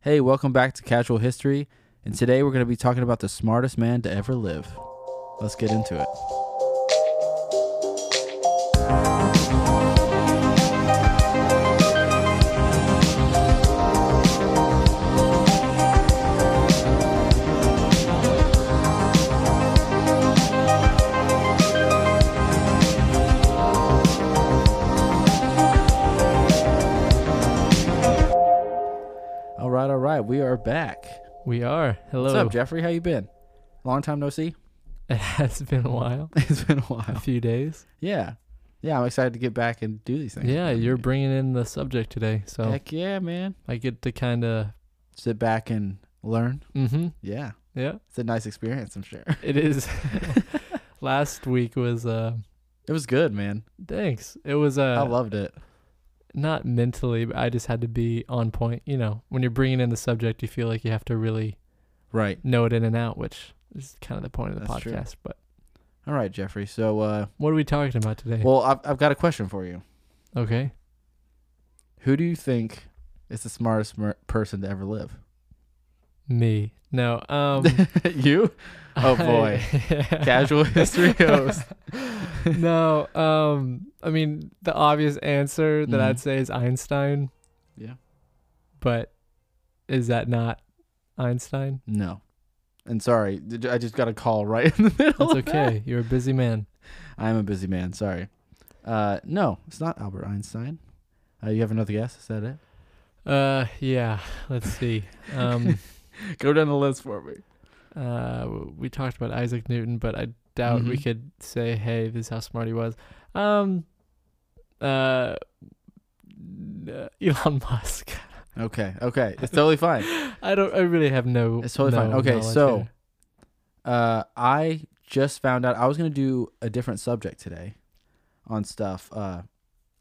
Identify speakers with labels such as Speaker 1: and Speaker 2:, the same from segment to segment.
Speaker 1: Hey, welcome back to Casual History, and today we're going to be talking about the smartest man to ever live. Let's get into it. All right, all right, we are back.
Speaker 2: We are. Hello.
Speaker 1: What's up, Jeffrey? How you been? Long time no see.
Speaker 2: It has been a while,
Speaker 1: It's been a
Speaker 2: a
Speaker 1: while.
Speaker 2: few days.
Speaker 1: Yeah, yeah, I'm excited to get back and do these things.
Speaker 2: Yeah,
Speaker 1: again.
Speaker 2: you're bringing in the subject today, so
Speaker 1: Heck yeah, man.
Speaker 2: I get to kind of.
Speaker 1: Sit back and learn.
Speaker 2: Mm-hmm.
Speaker 1: Yeah,
Speaker 2: Yeah,
Speaker 1: it's a nice experience, I'm sure.
Speaker 2: it is. Last week was. Uh,
Speaker 1: It was good, man.
Speaker 2: thanks. It was. Uh,
Speaker 1: I loved it.
Speaker 2: not mentally, but I just had to be on point. You know, when you're bringing in the subject, you feel like you have to really
Speaker 1: Right.
Speaker 2: know it in and out, which is kind of the point of the
Speaker 1: That's true.
Speaker 2: podcast. But
Speaker 1: All right, Jeffrey. So, uh,
Speaker 2: what are we talking about today?
Speaker 1: well, I've, I've got a question for you.
Speaker 2: okay.
Speaker 1: Who do you think is the smartest mer- person to ever live?
Speaker 2: Me. No. Um.
Speaker 1: you? Oh, boy. Casual history host.
Speaker 2: no, um, I mean the obvious answer that
Speaker 1: Mhm.
Speaker 2: I'd say is Einstein,
Speaker 1: Yeah.
Speaker 2: but is that not Einstein?
Speaker 1: No. And sorry, did- I just got a call right in the middle.
Speaker 2: That's
Speaker 1: of that.
Speaker 2: okay. You're a busy man.
Speaker 1: I'm a busy man. Sorry. Uh, no, it's not Albert Einstein. Uh, you have another guess? Is that it?
Speaker 2: Uh, yeah. Let's see. Um,
Speaker 1: Go down the list for me.
Speaker 2: uh, we talked about Isaac Newton, but I doubt we
Speaker 1: Mhm.
Speaker 2: could say, "Hey, this is how smart he was." Um, uh, n- Elon Musk.
Speaker 1: Okay. Okay. It's totally fine.
Speaker 2: I don't. I really have no.
Speaker 1: It's totally fine.
Speaker 2: no
Speaker 1: Okay,
Speaker 2: knowledge
Speaker 1: so-
Speaker 2: here.
Speaker 1: Uh, I just found out I was gonna do a different subject today, on stuff uh,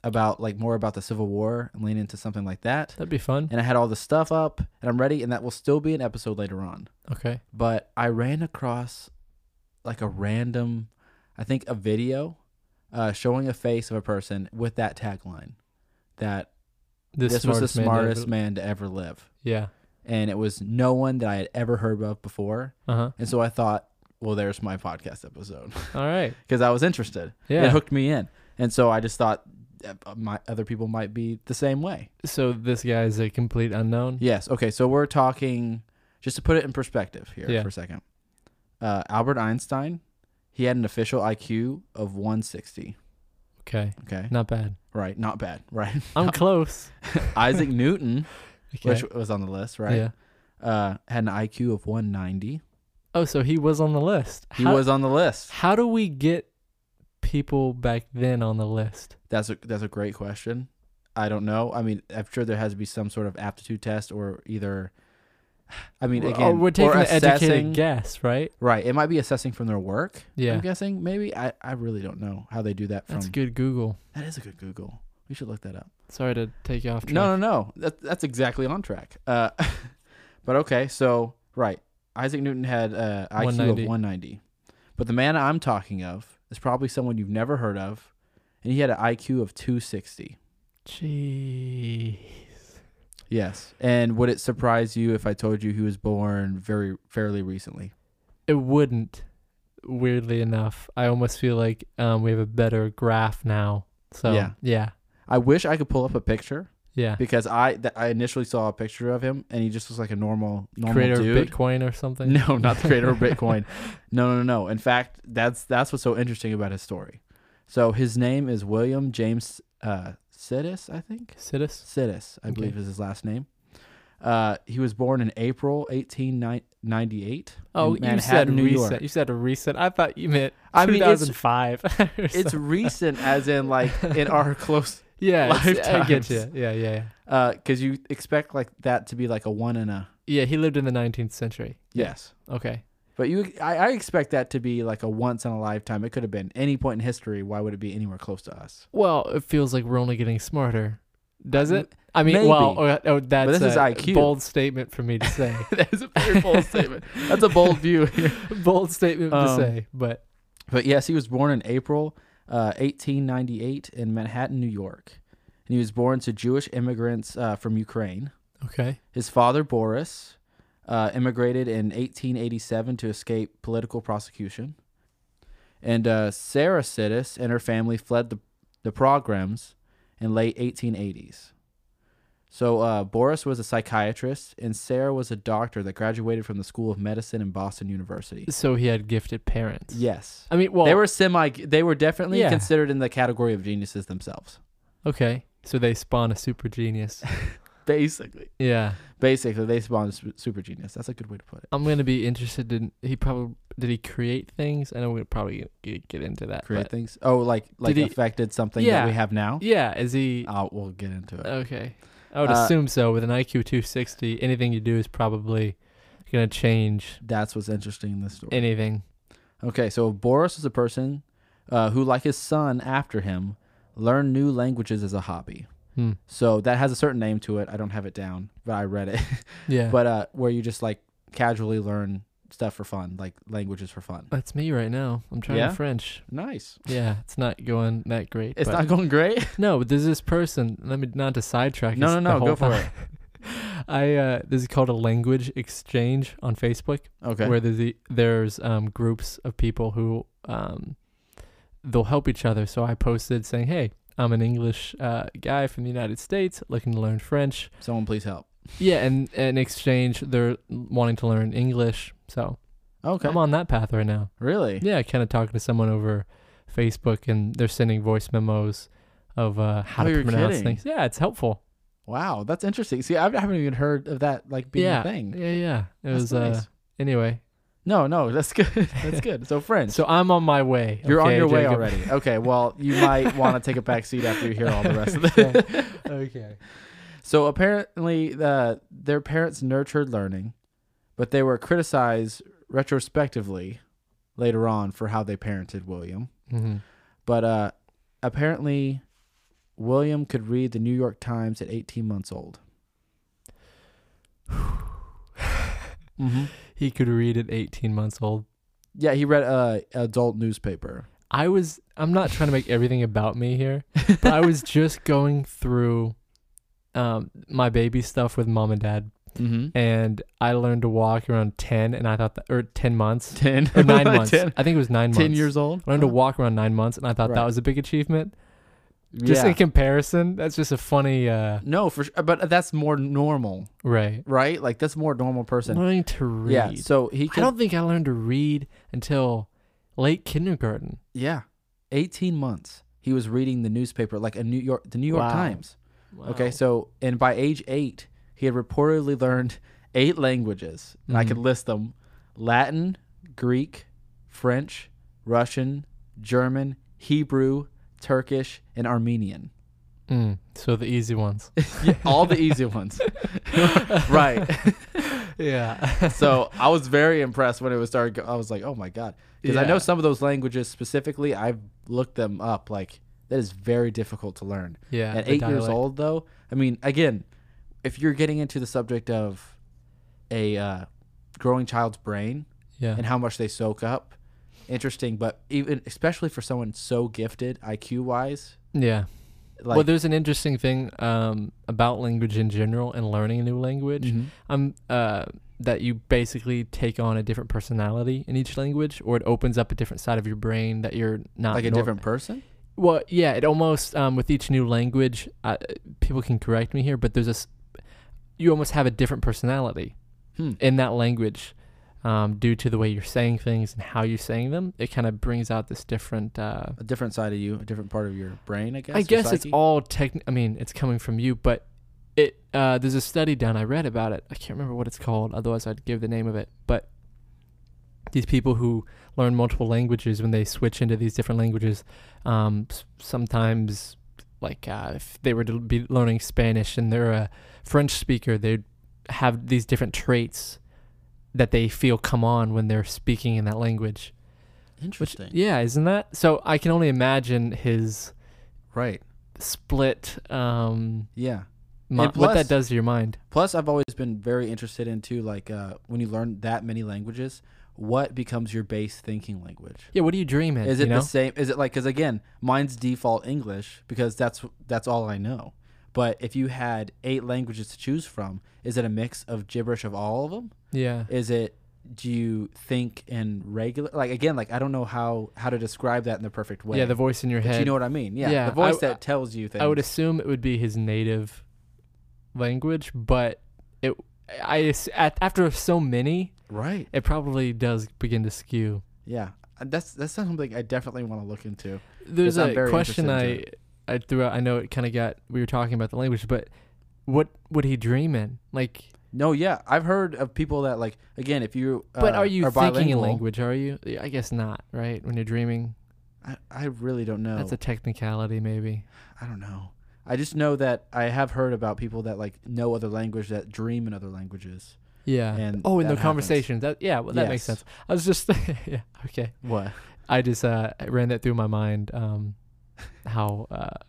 Speaker 1: about like more about the Civil War and lean into something like that.
Speaker 2: that'd be fun.
Speaker 1: And I had all the stuff up, and I'm ready, and that will still be an episode later on.
Speaker 2: Okay.
Speaker 1: But I ran across like a random, I think a video, uh, showing a face of a person with that tagline, that
Speaker 2: The
Speaker 1: this was the
Speaker 2: man to ever-
Speaker 1: smartest man to ever live,
Speaker 2: Yeah.
Speaker 1: and it was no one that I had ever heard of before.
Speaker 2: Uh huh.
Speaker 1: And so I thought, well, there's my podcast episode
Speaker 2: All right.
Speaker 1: because I was interested. It
Speaker 2: Yeah.
Speaker 1: hooked me in, and so I just thought uh, my other people might be the same way.
Speaker 2: So this guy is a complete unknown.
Speaker 1: Yes. Okay. So we're talking just to put it in perspective here
Speaker 2: Yeah.
Speaker 1: for a second. Uh, Albert Einstein, he had an official IQ of 160.
Speaker 2: Okay.
Speaker 1: Okay.
Speaker 2: Not bad.
Speaker 1: Right. Not bad. Right.
Speaker 2: I'm close.
Speaker 1: Isaac Newton,
Speaker 2: Okay.
Speaker 1: which was on the list, right?
Speaker 2: Yeah.
Speaker 1: Uh, had an IQ of 190.
Speaker 2: Oh, so he was on the list.
Speaker 1: He
Speaker 2: how,
Speaker 1: was on the list.
Speaker 2: How do we get people back then on the list?
Speaker 1: That's a that's a great question. I don't know. I mean, I'm sure there has to be some sort of aptitude test or either. I mean,
Speaker 2: We're-
Speaker 1: again,
Speaker 2: oh, we're taking
Speaker 1: or
Speaker 2: an
Speaker 1: assessing.
Speaker 2: educated guess, right?
Speaker 1: Right. It might be assessing from their work.
Speaker 2: Yeah.
Speaker 1: I'm guessing maybe. I, I really don't know how they do that. From
Speaker 2: That's good Google.
Speaker 1: That is a good Google. We should look that up.
Speaker 2: Sorry to take you off track.
Speaker 1: No, no, no. That, that's exactly on track. Uh, but okay. So right, Isaac Newton had uh, IQ of
Speaker 2: 190.
Speaker 1: 190, but the man I'm talking of is probably someone you've never heard of, and he had an IQ of 260.
Speaker 2: Jeez.
Speaker 1: Yes. And would it surprise you if I told you he was born very fairly recently?
Speaker 2: It wouldn't. Weirdly enough, I almost feel like um, we have a better graph now. So
Speaker 1: Yeah.
Speaker 2: yeah,
Speaker 1: I wish I could pull up a picture
Speaker 2: yeah.
Speaker 1: because I th- I initially saw a picture of him and he just looks like a normal normal
Speaker 2: Creator
Speaker 1: dude.
Speaker 2: of Bitcoin or something.
Speaker 1: No, not the creator of Bitcoin. No, no, no. In fact, that's that's what's so interesting about his story. So his name is William James uh Sidis, I think.
Speaker 2: Citus.
Speaker 1: Sidis, I
Speaker 2: Okay.
Speaker 1: believe is his last name. Uh, he was born in April 1898 in
Speaker 2: Oh, you said
Speaker 1: Manhattan, New
Speaker 2: recent.
Speaker 1: York.
Speaker 2: You said a recent. I thought you meant
Speaker 1: I mean, it's-
Speaker 2: 2005. or
Speaker 1: It's
Speaker 2: something.
Speaker 1: recent, as in like in our close
Speaker 2: yeah, it's- I
Speaker 1: lifetimes.
Speaker 2: get you. Yeah, yeah, yeah.
Speaker 1: because you expect like that to be like a one and a
Speaker 2: Yeah, he lived in the 19th century.
Speaker 1: yes,
Speaker 2: Okay.
Speaker 1: but you I, I expect that to be like a once in a lifetime. It could have been any point in history. Why would it be anywhere close to us?
Speaker 2: Well, it feels like we're only getting smarter. Does
Speaker 1: I-
Speaker 2: it? I mean,
Speaker 1: maybe.
Speaker 2: well, oh, oh, that's
Speaker 1: this is
Speaker 2: a
Speaker 1: IQ.
Speaker 2: bold statement for me to say.
Speaker 1: that is a very bold statement. That's a bold view. Here.
Speaker 2: bold statement
Speaker 1: Um,
Speaker 2: to say, but
Speaker 1: But yes, he was born in April uh, 1898 in Manhattan, New York, and he was born to Jewish immigrants uh, from Ukraine.
Speaker 2: Okay.
Speaker 1: His father, Boris, uh, immigrated in 1887 to escape political prosecution. And uh, Sarah Sidis and her family fled the, the programs in late 1880s. So uh, Boris was a psychiatrist, and Sarah was a doctor that graduated from the School of Medicine in Boston University.
Speaker 2: So he had gifted parents.
Speaker 1: Yes.
Speaker 2: I mean, well,
Speaker 1: They were semi. They were definitely
Speaker 2: Yeah.
Speaker 1: considered in the category of geniuses themselves.
Speaker 2: okay. So they spawn a super genius.
Speaker 1: Basically,
Speaker 2: yeah.
Speaker 1: basically, they spawned a su- super genius. That's a good way to put it.
Speaker 2: I'm gonna be interested in. He probably did he create things? I know we'll probably get, get into that.
Speaker 1: Create
Speaker 2: but-
Speaker 1: things. Oh, like like
Speaker 2: Did he-
Speaker 1: affected something
Speaker 2: Yeah. uh,
Speaker 1: that we have now.
Speaker 2: Yeah. Is he?
Speaker 1: Oh, we'll get into it.
Speaker 2: Okay. I would
Speaker 1: Uh,
Speaker 2: assume so. With an IQ 260, anything you do is probably gonna change
Speaker 1: That's what's interesting in this story.
Speaker 2: anything.
Speaker 1: Okay, so Boris is a person uh, who, like his son after him, learned new languages as a hobby.
Speaker 2: Hmm.
Speaker 1: So that has a certain name to it. I don't have it down, but I read it.
Speaker 2: Yeah.
Speaker 1: but uh, where you just like casually learn stuff for fun, like languages for fun.
Speaker 2: that's me right now. I'm trying
Speaker 1: Yeah?
Speaker 2: French.
Speaker 1: Nice.
Speaker 2: Yeah, it's not going that great.
Speaker 1: It's
Speaker 2: but-
Speaker 1: not going great.
Speaker 2: No, but there's this person. Let me not to sidetrack.
Speaker 1: No,
Speaker 2: this
Speaker 1: no,
Speaker 2: the
Speaker 1: no,
Speaker 2: whole
Speaker 1: go for
Speaker 2: time. I uh, this is called a language exchange on Facebook,
Speaker 1: Okay.
Speaker 2: where there's the, there's um, groups of people who um, they'll help each other. So I posted saying, "Hey, I'm an English uh, guy from the United States looking to learn French."
Speaker 1: Someone please help.
Speaker 2: Yeah, and in exchange, they're wanting to learn English. So
Speaker 1: Okay.
Speaker 2: I'm on that path right now.
Speaker 1: Really?
Speaker 2: Yeah, kind of talking to someone over Facebook, and they're sending voice memos of uh, how
Speaker 1: Oh,
Speaker 2: to
Speaker 1: you're
Speaker 2: pronounce
Speaker 1: kidding.
Speaker 2: things. Yeah, it's helpful.
Speaker 1: Wow, that's interesting. See, I haven't even heard of that like being
Speaker 2: yeah,
Speaker 1: a thing.
Speaker 2: yeah, yeah. It
Speaker 1: That's
Speaker 2: was uh,
Speaker 1: nice.
Speaker 2: anyway.
Speaker 1: No, no, that's good. that's good. So French.
Speaker 2: So I'm on my way.
Speaker 1: You're on
Speaker 2: okay,
Speaker 1: your way
Speaker 2: Jacob?
Speaker 1: already. Okay, well, you might want to take a back seat after you hear all the rest of this.
Speaker 2: okay. okay.
Speaker 1: So apparently, uh, their parents nurtured learning, but they were criticized retrospectively later on for how they parented William.
Speaker 2: Mhm.
Speaker 1: But uh, apparently, William could read the New York Times at 18 months old. mm-hmm.
Speaker 2: He could read at 18 months old.
Speaker 1: Yeah, he read a adult newspaper.
Speaker 2: I was. I'm not trying to make everything about me here, but I was just going through um, my baby stuff with mom and dad,
Speaker 1: Mm-hmm.
Speaker 2: and I learned to walk around 10, and I thought that, or 10 months,
Speaker 1: Ten
Speaker 2: or nine months.
Speaker 1: Ten,
Speaker 2: I think it was nine
Speaker 1: ten
Speaker 2: months.
Speaker 1: years old.
Speaker 2: I learned to walk around nine months, and I thought
Speaker 1: Right.
Speaker 2: that was a big achievement. Just in comparison, that's just a funny uh,
Speaker 1: No, for sure. But that's more normal,
Speaker 2: right.
Speaker 1: right? Like that's more normal person.
Speaker 2: Learning to read.
Speaker 1: Yeah. So he
Speaker 2: I
Speaker 1: can.
Speaker 2: don't think I learned to read until late kindergarten.
Speaker 1: Yeah, eighteen months. He was reading the newspaper, like a New York, the New York
Speaker 2: Wow.
Speaker 1: Times. Okay, so and by age eight, he had reportedly learned eight languages, and I
Speaker 2: Mhm.
Speaker 1: could list them: Latin, Greek, French, Russian, German, Hebrew, Turkish, and Armenian.
Speaker 2: Mm, so the easy ones.
Speaker 1: All the easy ones, right?
Speaker 2: yeah.
Speaker 1: So I was very impressed when it was started. go- I was like, oh my god, because I
Speaker 2: Yeah.
Speaker 1: know some of those languages specifically. I've looked them up. Like that is very difficult to learn.
Speaker 2: yeah.
Speaker 1: At
Speaker 2: the
Speaker 1: eight years
Speaker 2: dialect.
Speaker 1: old, though, I mean, again, if you're getting into the subject of a uh, growing child's brain
Speaker 2: Yeah.
Speaker 1: and how much they soak up, interesting. But even especially for someone so gifted IQ wise,
Speaker 2: yeah.
Speaker 1: like
Speaker 2: well, there's an interesting thing um, about language in general and learning a new language.
Speaker 1: Mhm.
Speaker 2: Um, uh, that you basically take on a different personality in each language, or it opens up a different side of your brain that you're not
Speaker 1: like a
Speaker 2: nor-
Speaker 1: different person.
Speaker 2: Well, yeah, it almost um, with each new language, uh, people can correct me here, but there's this you almost have a different personality
Speaker 1: Hmm.
Speaker 2: in that language um, due to the way you're saying things and how you're saying them. It kind of brings out this different. Uh,
Speaker 1: A different side of you, a different part of your brain, I guess.
Speaker 2: I
Speaker 1: your
Speaker 2: guess it's
Speaker 1: psyche?
Speaker 2: all tech. I mean, it's coming from you, but it uh, there's a study done. I read about it. I can't remember what it's called. Otherwise, I'd give the name of it. But these people who learn multiple languages when they switch into these different languages, um, s- sometimes like uh, if they were to be learning Spanish and they're a French speaker, they'd have these different traits that they feel come on when they're speaking in that language. Which
Speaker 1: interesting.
Speaker 2: yeah, isn't that? So I can only imagine his
Speaker 1: Right.
Speaker 2: split um
Speaker 1: Yeah.
Speaker 2: mi-
Speaker 1: And
Speaker 2: what
Speaker 1: plus-
Speaker 2: that does to your mind
Speaker 1: Plus, I've always been very interested in too, like uh, when you learn that many languages, what becomes your base thinking language?
Speaker 2: yeah what do you dream in
Speaker 1: Is
Speaker 2: you
Speaker 1: it
Speaker 2: know?
Speaker 1: the same? Is it like because again, mine's default English because that's that's all I know. But if you had eight languages to choose from, is it a mix of gibberish of all of them?
Speaker 2: Yeah.
Speaker 1: Is it do you think in regular like again like I don't know how how to describe that in the perfect way.
Speaker 2: Yeah, the voice in your
Speaker 1: But
Speaker 2: head.
Speaker 1: you know what I mean? Yeah,
Speaker 2: Yeah,
Speaker 1: the voice
Speaker 2: I-
Speaker 1: that tells you things.
Speaker 2: I would assume it would be his native language, but it I ass- at, after so many,
Speaker 1: right.
Speaker 2: it probably does begin to skew.
Speaker 1: Yeah, that's that's something I definitely want to look into.
Speaker 2: There's
Speaker 1: I'm
Speaker 2: a
Speaker 1: very
Speaker 2: question I
Speaker 1: interested
Speaker 2: I threw out. I know it kind of got we were talking about the language, but what would he dream in? Like,
Speaker 1: No, yeah, I've heard of people that like again if you uh,
Speaker 2: but are you
Speaker 1: are
Speaker 2: thinking
Speaker 1: bilingual,
Speaker 2: in language? Are you? Yeah, I guess not, right? When you're dreaming,
Speaker 1: I, I really don't know.
Speaker 2: that's a technicality, maybe.
Speaker 1: I don't know. I just know that I have heard about people that like know other language that dream in other languages.
Speaker 2: Yeah.
Speaker 1: And
Speaker 2: oh, in
Speaker 1: that happens.
Speaker 2: the conversation. That yeah, well, that makes
Speaker 1: Yes.
Speaker 2: sense. I was just yeah, okay.
Speaker 1: What?
Speaker 2: I just uh, ran that through my mind. Um, how uh,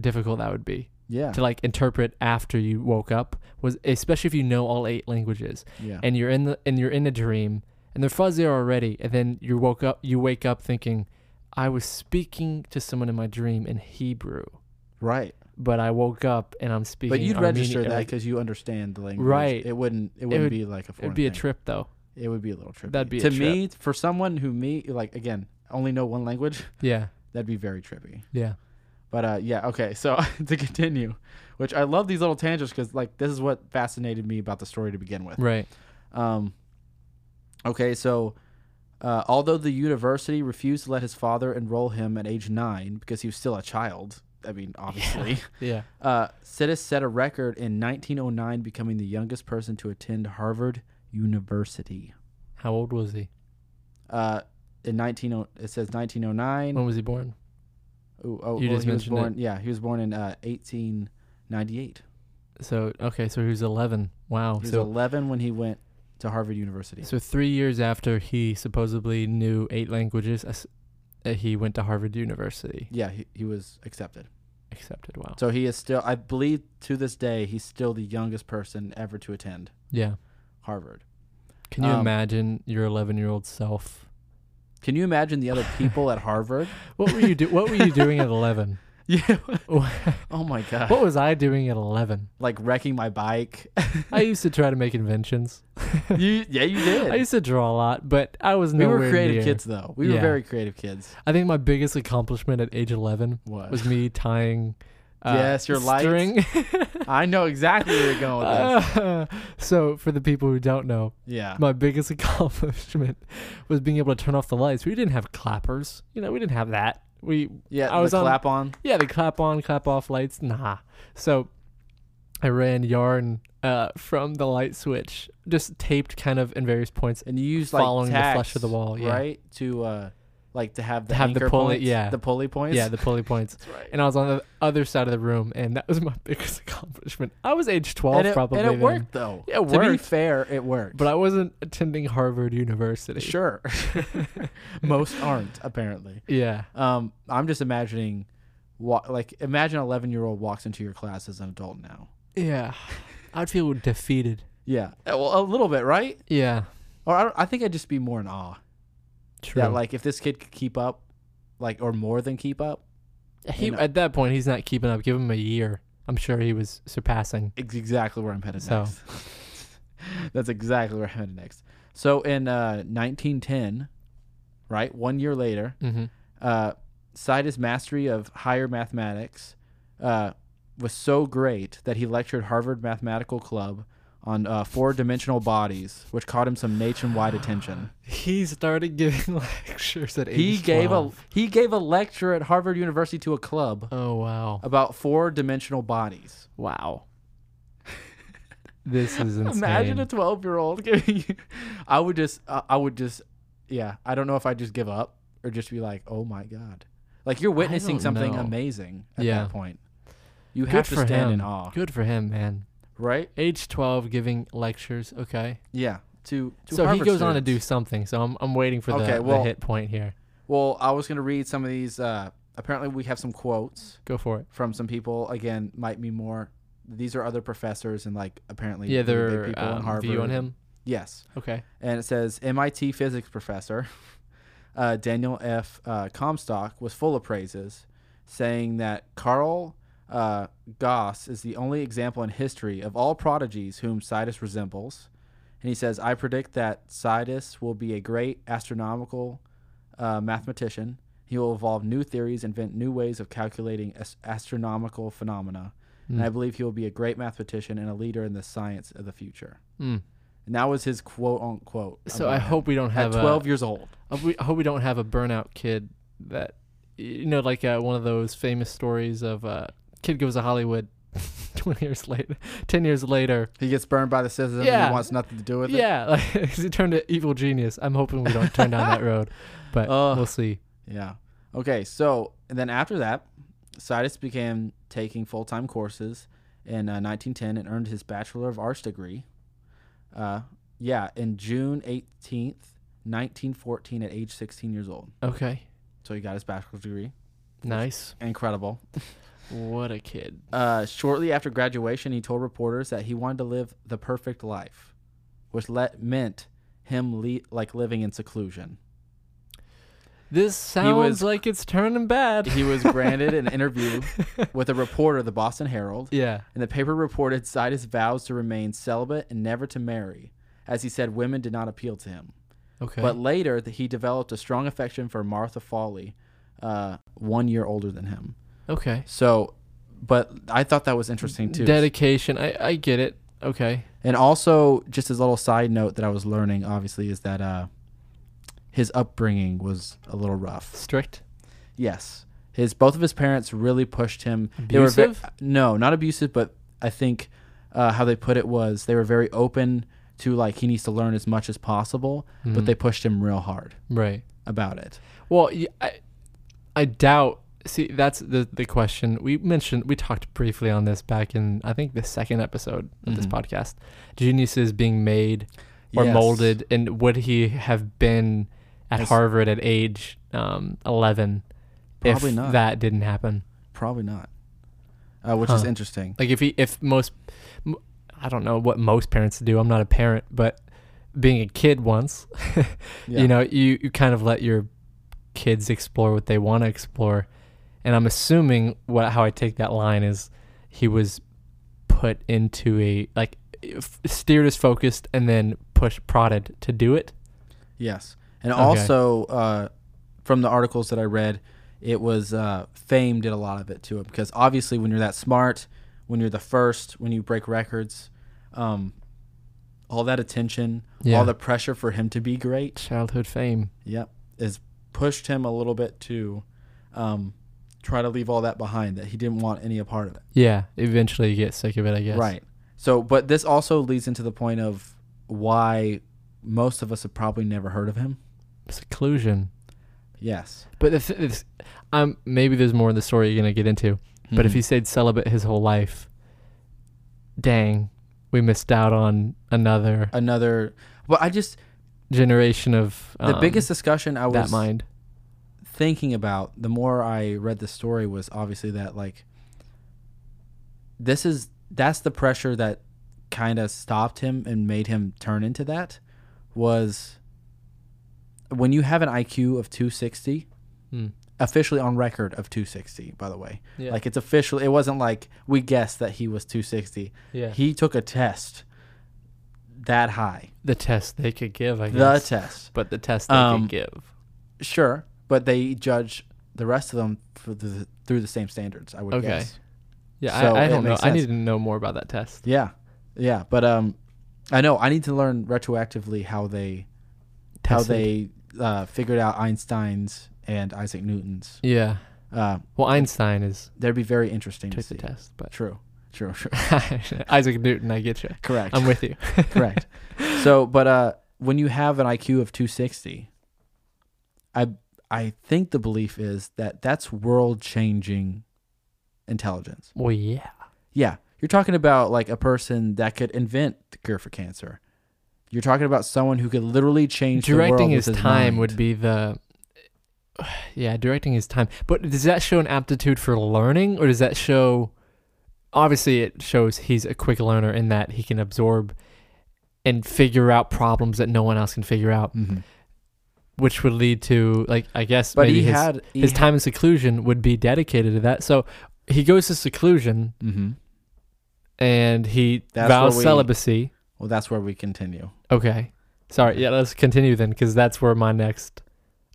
Speaker 2: difficult that would be
Speaker 1: Yeah.
Speaker 2: to like interpret after you woke up was especially if you know all eight languages
Speaker 1: Yeah.
Speaker 2: and you're in the and you're in a dream and they're fuzzy already and then you woke up you wake up thinking I was speaking to someone in my dream in Hebrew
Speaker 1: right.
Speaker 2: but I woke up and I'm speaking
Speaker 1: But you'd
Speaker 2: Armenian-
Speaker 1: register that
Speaker 2: like,
Speaker 1: because you understand the language.
Speaker 2: Right.
Speaker 1: It wouldn't. It wouldn't
Speaker 2: would-
Speaker 1: be like a.
Speaker 2: it'd
Speaker 1: Foreign
Speaker 2: be a
Speaker 1: thing.
Speaker 2: trip though
Speaker 1: It would be a little trippy.
Speaker 2: That'd be a
Speaker 1: to me for someone who me like again only know one language.
Speaker 2: yeah
Speaker 1: That'd be very trippy.
Speaker 2: yeah
Speaker 1: But uh, yeah, okay. So to continue, which I love these little tangents because like this is what fascinated me about the story to begin with.
Speaker 2: right
Speaker 1: Um, okay, so uh, although the university refused to let his father enroll him at age nine because he was still a child, I mean, obviously,
Speaker 2: yeah
Speaker 1: uh, Sidis set a record in 1909, becoming the youngest person to attend Harvard University.
Speaker 2: how old was he
Speaker 1: Uh, in 19, it says 1909.
Speaker 2: when was he born
Speaker 1: Ooh, oh,
Speaker 2: you
Speaker 1: well,
Speaker 2: just
Speaker 1: he was
Speaker 2: mentioned it.
Speaker 1: born. Yeah, he was born in uh, 1898.
Speaker 2: So okay, so he was eleven. Wow.
Speaker 1: He was
Speaker 2: So
Speaker 1: 11 when he went to Harvard University.
Speaker 2: so three years after he supposedly knew eight languages, as- uh, he went to Harvard University.
Speaker 1: Yeah, he, he was accepted.
Speaker 2: Accepted. Wow.
Speaker 1: So he is still, I believe, to this day, he's still the youngest person ever to attend
Speaker 2: yeah.
Speaker 1: Harvard.
Speaker 2: Can you
Speaker 1: Um,
Speaker 2: imagine your eleven-year-old self?
Speaker 1: Can you imagine the other people at Harvard?
Speaker 2: What were you do- What were you doing at eleven?
Speaker 1: Yeah.
Speaker 2: what
Speaker 1: Oh my god.
Speaker 2: was I doing at eleven?
Speaker 1: Like wrecking my bike.
Speaker 2: I used to try to make inventions.
Speaker 1: you, yeah, you did.
Speaker 2: I used to draw a lot, but I was
Speaker 1: we
Speaker 2: nowhere
Speaker 1: were creative
Speaker 2: near.
Speaker 1: kids, though. We were
Speaker 2: Yeah.
Speaker 1: very creative kids.
Speaker 2: I think my biggest accomplishment at age eleven
Speaker 1: What?
Speaker 2: was me tying. Uh,
Speaker 1: Yes, your lights.
Speaker 2: string.
Speaker 1: I know exactly where you're going with this.
Speaker 2: Uh, so for the people who don't know,
Speaker 1: yeah.
Speaker 2: my biggest accomplishment was being able to turn off the lights. We didn't have clappers. You know, we didn't have that. We
Speaker 1: Yeah.
Speaker 2: I was
Speaker 1: the
Speaker 2: on-
Speaker 1: clap on.
Speaker 2: yeah, the clap on, clap off lights. Nah. So I ran yarn uh, from the light switch, just taped kind of in various points.
Speaker 1: And you used like
Speaker 2: Following the
Speaker 1: tacks,
Speaker 2: flush of the wall, yeah.
Speaker 1: Right? To, uh, like to have the
Speaker 2: To have the
Speaker 1: anchor
Speaker 2: pulley-
Speaker 1: points,
Speaker 2: yeah.
Speaker 1: the pulley points.
Speaker 2: Yeah, the pulley points.
Speaker 1: That's right.
Speaker 2: And I was on the other side of the room, and that was my biggest accomplishment. I was age twelve,
Speaker 1: and it,
Speaker 2: probably.
Speaker 1: and it
Speaker 2: then,
Speaker 1: worked though.
Speaker 2: Yeah, it
Speaker 1: to be
Speaker 2: worked.
Speaker 1: fair, it worked.
Speaker 2: but I wasn't attending Harvard University.
Speaker 1: Sure. Most aren't, apparently.
Speaker 2: Yeah.
Speaker 1: Um, I'm just imagining, wa- like, imagine an 11 year old walks into your class as an adult now.
Speaker 2: Yeah. I'd feel defeated.
Speaker 1: Yeah. Uh, Well, a little bit, right?
Speaker 2: Yeah.
Speaker 1: Or I, don't- I think I'd just be more in awe.
Speaker 2: True.
Speaker 1: That, like, if this kid could keep up, like, or more than keep up,
Speaker 2: he,
Speaker 1: you know-
Speaker 2: at that point, he's not keeping up. Give him a year. I'm sure he was surpassing.
Speaker 1: it's exactly where I'm headed
Speaker 2: So.
Speaker 1: next. That's exactly where I'm headed next. So in uh, 1910, right, one year later,
Speaker 2: Mm-hmm.
Speaker 1: uh, Sidus' mastery of higher mathematics uh, was so great that he lectured Harvard Mathematical Club on uh, four-dimensional bodies, which caught him some nationwide attention.
Speaker 2: He started giving lectures at age
Speaker 1: He gave a
Speaker 2: 12.
Speaker 1: he gave a lecture at Harvard University to a club
Speaker 2: Oh, wow.
Speaker 1: about four-dimensional bodies.
Speaker 2: Wow. this is insane.
Speaker 1: Imagine a twelve-year-old giving you. I would just, uh, I would just, yeah. I don't know if I just give up or just be like, oh my god, like you're witnessing
Speaker 2: don't
Speaker 1: something
Speaker 2: know.
Speaker 1: amazing at
Speaker 2: Yeah.
Speaker 1: that point. You
Speaker 2: Good
Speaker 1: have to
Speaker 2: for
Speaker 1: stand
Speaker 2: him.
Speaker 1: in awe,
Speaker 2: Good for him, man.
Speaker 1: right?
Speaker 2: Age 12 giving lectures. Okay.
Speaker 1: Yeah. To, to
Speaker 2: so he
Speaker 1: Harvard
Speaker 2: goes on to do
Speaker 1: students.
Speaker 2: something. So I'm, I'm waiting for the,
Speaker 1: Okay,
Speaker 2: the
Speaker 1: well-
Speaker 2: hit point here.
Speaker 1: Well, I was gonna read some of these. Uh, apparently, we have some quotes
Speaker 2: Go for it.
Speaker 1: from some people. Again, might be more. These are other professors and like apparently
Speaker 2: Yeah,
Speaker 1: pretty big
Speaker 2: their
Speaker 1: people in
Speaker 2: um,
Speaker 1: Harvard.
Speaker 2: view on him.
Speaker 1: Yes,
Speaker 2: Okay.
Speaker 1: and it says MIT physics professor uh, Daniel F. Uh, Comstock was full of praises, saying that Carl uh, Goss is the only example in history of all prodigies whom Sidus resembles. And he says, I predict that Sidus will be a great astronomical uh, mathematician. He will evolve new theories, invent new ways of calculating as- astronomical phenomena. And I believe he will be a great mathematician and a leader in the science of the future.
Speaker 2: Mm.
Speaker 1: And that was his quote unquote.
Speaker 2: So
Speaker 1: about
Speaker 2: I
Speaker 1: him
Speaker 2: hope we don't
Speaker 1: at
Speaker 2: have
Speaker 1: 12
Speaker 2: a,
Speaker 1: years old.
Speaker 2: I hope we- I hope we don't have a burnout kid that you know, like uh, one of those famous stories of uh, kid goes to Hollywood twenty years later, ten years later.
Speaker 1: He gets burned by the system and
Speaker 2: Yeah.
Speaker 1: he wants nothing to do with it.
Speaker 2: yeah, like, 'cause he turned to evil genius. I'm hoping we don't turn down that road, but
Speaker 1: Ugh.
Speaker 2: we'll see.
Speaker 1: Yeah. Okay. So and then after that, Sidus began taking full time courses in uh, 1910 and earned his Bachelor of Arts degree. Uh, yeah, in June 18th, 1914, at age 16 years old.
Speaker 2: Okay,
Speaker 1: So he got his bachelor's degree.
Speaker 2: nice.
Speaker 1: Incredible.
Speaker 2: What a kid.
Speaker 1: Uh, shortly after graduation, he told reporters that he wanted to live the perfect life, which let, meant him le- like living in seclusion.
Speaker 2: This sounds
Speaker 1: was-
Speaker 2: like it's turning bad.
Speaker 1: He was granted an interview with a reporter of the Boston Herald.
Speaker 2: yeah.
Speaker 1: and the paper reported Sidus vows to remain celibate and never to marry, as he said women did not appeal to him.
Speaker 2: Okay.
Speaker 1: But later, th- he developed a strong affection for Martha Foley, uh, one year older than him.
Speaker 2: okay.
Speaker 1: So, but I thought that was interesting too.
Speaker 2: Dedication. I I get it. Okay.
Speaker 1: and also, just as a little side note that I was learning, obviously, is that uh, his upbringing was a little rough.
Speaker 2: Strict.
Speaker 1: Yes, his both of his parents really pushed him. They were ve-
Speaker 2: Abusive?
Speaker 1: no, not abusive, but I think uh, how they put it was they were very open to like he needs to learn as much as possible,
Speaker 2: Mm-hmm.
Speaker 1: but they pushed him real hard
Speaker 2: Right.
Speaker 1: about it.
Speaker 2: Well, y- I, I doubt. See, that's the the question we mentioned. We talked briefly on this back in I think the second episode of this podcast. Geniuses being made or
Speaker 1: Mm-hmm. Yes.
Speaker 2: molded, and would he have been at
Speaker 1: Yes.
Speaker 2: Harvard at age um, eleven
Speaker 1: Probably
Speaker 2: if
Speaker 1: not.
Speaker 2: that didn't happen?
Speaker 1: Probably not, uh, which is
Speaker 2: Huh.
Speaker 1: interesting.
Speaker 2: Like if he if most m- I don't know what most parents do. I'm not a parent, but being a kid once,
Speaker 1: Yeah.
Speaker 2: you know, you, you kind of let your kids explore what they want to explore. And I'm assuming what how I take that line is he was put into a like f- steered as focused and then pushed prodded to do it.
Speaker 1: Yes, and
Speaker 2: Okay.
Speaker 1: also uh, from the articles that I read, it was uh, fame did a lot of it to him because obviously when you're that smart, when you're the first, when you break records, um, all that attention,
Speaker 2: Yeah.
Speaker 1: all the pressure for him to be great,
Speaker 2: Childhood fame.
Speaker 1: Yep, is pushed him a little bit to um, try to leave all that behind that he didn't want any a part of it.
Speaker 2: Yeah, eventually you get sick of it, I guess.
Speaker 1: Right. So, but this also leads into the point of why most of us have probably never heard of him.
Speaker 2: Seclusion.
Speaker 1: Yes.
Speaker 2: But if, if um, maybe there's more in the story you're gonna get into. But if
Speaker 1: Mhm.
Speaker 2: he stayed celibate his whole life, dang, we missed out on another
Speaker 1: another, well, I just
Speaker 2: generation of
Speaker 1: the
Speaker 2: um,
Speaker 1: biggest discussion I
Speaker 2: that
Speaker 1: was
Speaker 2: mind.
Speaker 1: thinking about the more I read the story was obviously that like this is that's the pressure that kind of stopped him and made him turn into that was when you have an IQ of 260
Speaker 2: Mm.
Speaker 1: officially on record of 260 by the way
Speaker 2: Yeah.
Speaker 1: like it's official it wasn't like we guessed that he was 260
Speaker 2: Yeah.
Speaker 1: he took a test that high
Speaker 2: the test they could give, I
Speaker 1: the
Speaker 2: guess.
Speaker 1: test
Speaker 2: but the test they
Speaker 1: Um,
Speaker 2: could give.
Speaker 1: Sure, but they judge the rest of them for the, through the same standards. I would
Speaker 2: Okay.
Speaker 1: guess.
Speaker 2: Yeah,
Speaker 1: so
Speaker 2: I, I
Speaker 1: it
Speaker 2: don't know.
Speaker 1: makes
Speaker 2: I
Speaker 1: sense.
Speaker 2: need to know more about that test.
Speaker 1: Yeah, yeah, but um, I know I need to learn retroactively how they how
Speaker 2: Tested.
Speaker 1: they uh, figured out Einstein's and Isaac Newton's.
Speaker 2: Yeah.
Speaker 1: Uh,
Speaker 2: Well, Einstein is
Speaker 1: that'd be very interesting to
Speaker 2: took the
Speaker 1: see.
Speaker 2: test, but
Speaker 1: True, true, true.
Speaker 2: Isaac Newton, I get you.
Speaker 1: Correct.
Speaker 2: I'm with you.
Speaker 1: Correct. So, but uh, when you have an IQ of 260, I I think the belief is that that's world changing intelligence.
Speaker 2: well, yeah.
Speaker 1: Yeah, you're talking about like a person that could invent the cure for cancer. You're talking about someone who could literally change the world
Speaker 2: directing his,
Speaker 1: with his
Speaker 2: time
Speaker 1: mind.
Speaker 2: would be the yeah directing his time but does that show an aptitude for learning or does that show obviously it shows he's a quick learner in that he can absorb and figure out problems that no one else can figure out
Speaker 1: Mhm.
Speaker 2: which would lead to like i guess
Speaker 1: But
Speaker 2: maybe
Speaker 1: he
Speaker 2: his,
Speaker 1: had he
Speaker 2: his
Speaker 1: had-
Speaker 2: time in seclusion would be dedicated to that so he goes to seclusion
Speaker 1: Mm-hmm.
Speaker 2: and he
Speaker 1: That's
Speaker 2: vows
Speaker 1: where we-
Speaker 2: celibacy.
Speaker 1: Well, that's where we continue.
Speaker 2: Okay. Sorry. Yeah, let's continue then because that's where my next.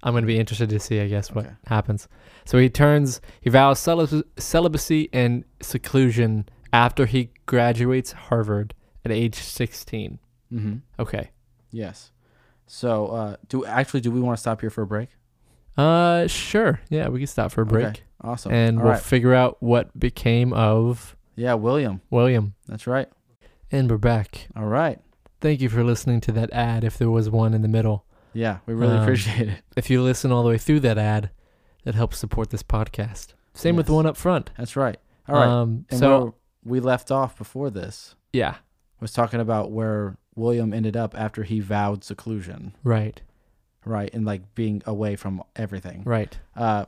Speaker 2: I'm going to be interested to see, I guess, what
Speaker 1: Okay.
Speaker 2: happens. So he turns, he vows celib- celibacy and seclusion after he graduates Harvard at age 16.
Speaker 1: Mm-hmm.
Speaker 2: Okay.
Speaker 1: Yes. So, uh, do actually do we want to stop here for a break?
Speaker 2: Uh, sure. Yeah, we can stop for a break
Speaker 1: Okay. Awesome.
Speaker 2: and
Speaker 1: All
Speaker 2: we'll
Speaker 1: right.
Speaker 2: figure out what became of
Speaker 1: yeah, William.
Speaker 2: William.
Speaker 1: That's right.
Speaker 2: And we're back.
Speaker 1: All right.
Speaker 2: Thank you for listening to that ad if there was one in the middle.
Speaker 1: Yeah, we really
Speaker 2: Um,
Speaker 1: appreciate it.
Speaker 2: If you listen all the way through that ad, that helps support this podcast. Same with the
Speaker 1: Yes.
Speaker 2: one up front.
Speaker 1: That's right. All right.
Speaker 2: Um,
Speaker 1: and
Speaker 2: so
Speaker 1: where we left off before this
Speaker 2: yeah,
Speaker 1: was talking about where William ended up after he vowed seclusion,
Speaker 2: right,
Speaker 1: right, and like being away from everything.
Speaker 2: right.
Speaker 1: Uh,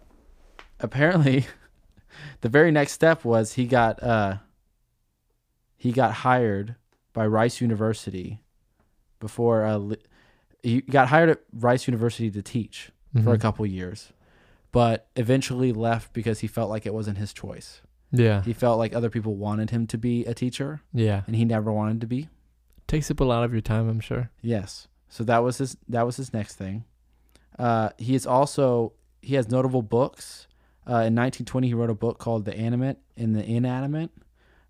Speaker 1: apparently, the very next step was he got uh, he got hired by Rice University before uh, li- he got hired at Rice University to teach for a
Speaker 2: Mhm.
Speaker 1: couple years, but eventually left because he felt like it wasn't his choice.
Speaker 2: Yeah,
Speaker 1: He felt like other people wanted him to be a teacher,
Speaker 2: yeah.
Speaker 1: and he never wanted to be.
Speaker 2: Takes up a lot of your time, I'm sure.
Speaker 1: Yes. So that was his that was his next thing. Uh, he is also he has notable books. Uh, in 1920, he wrote a book called The Animate and the Inanimate,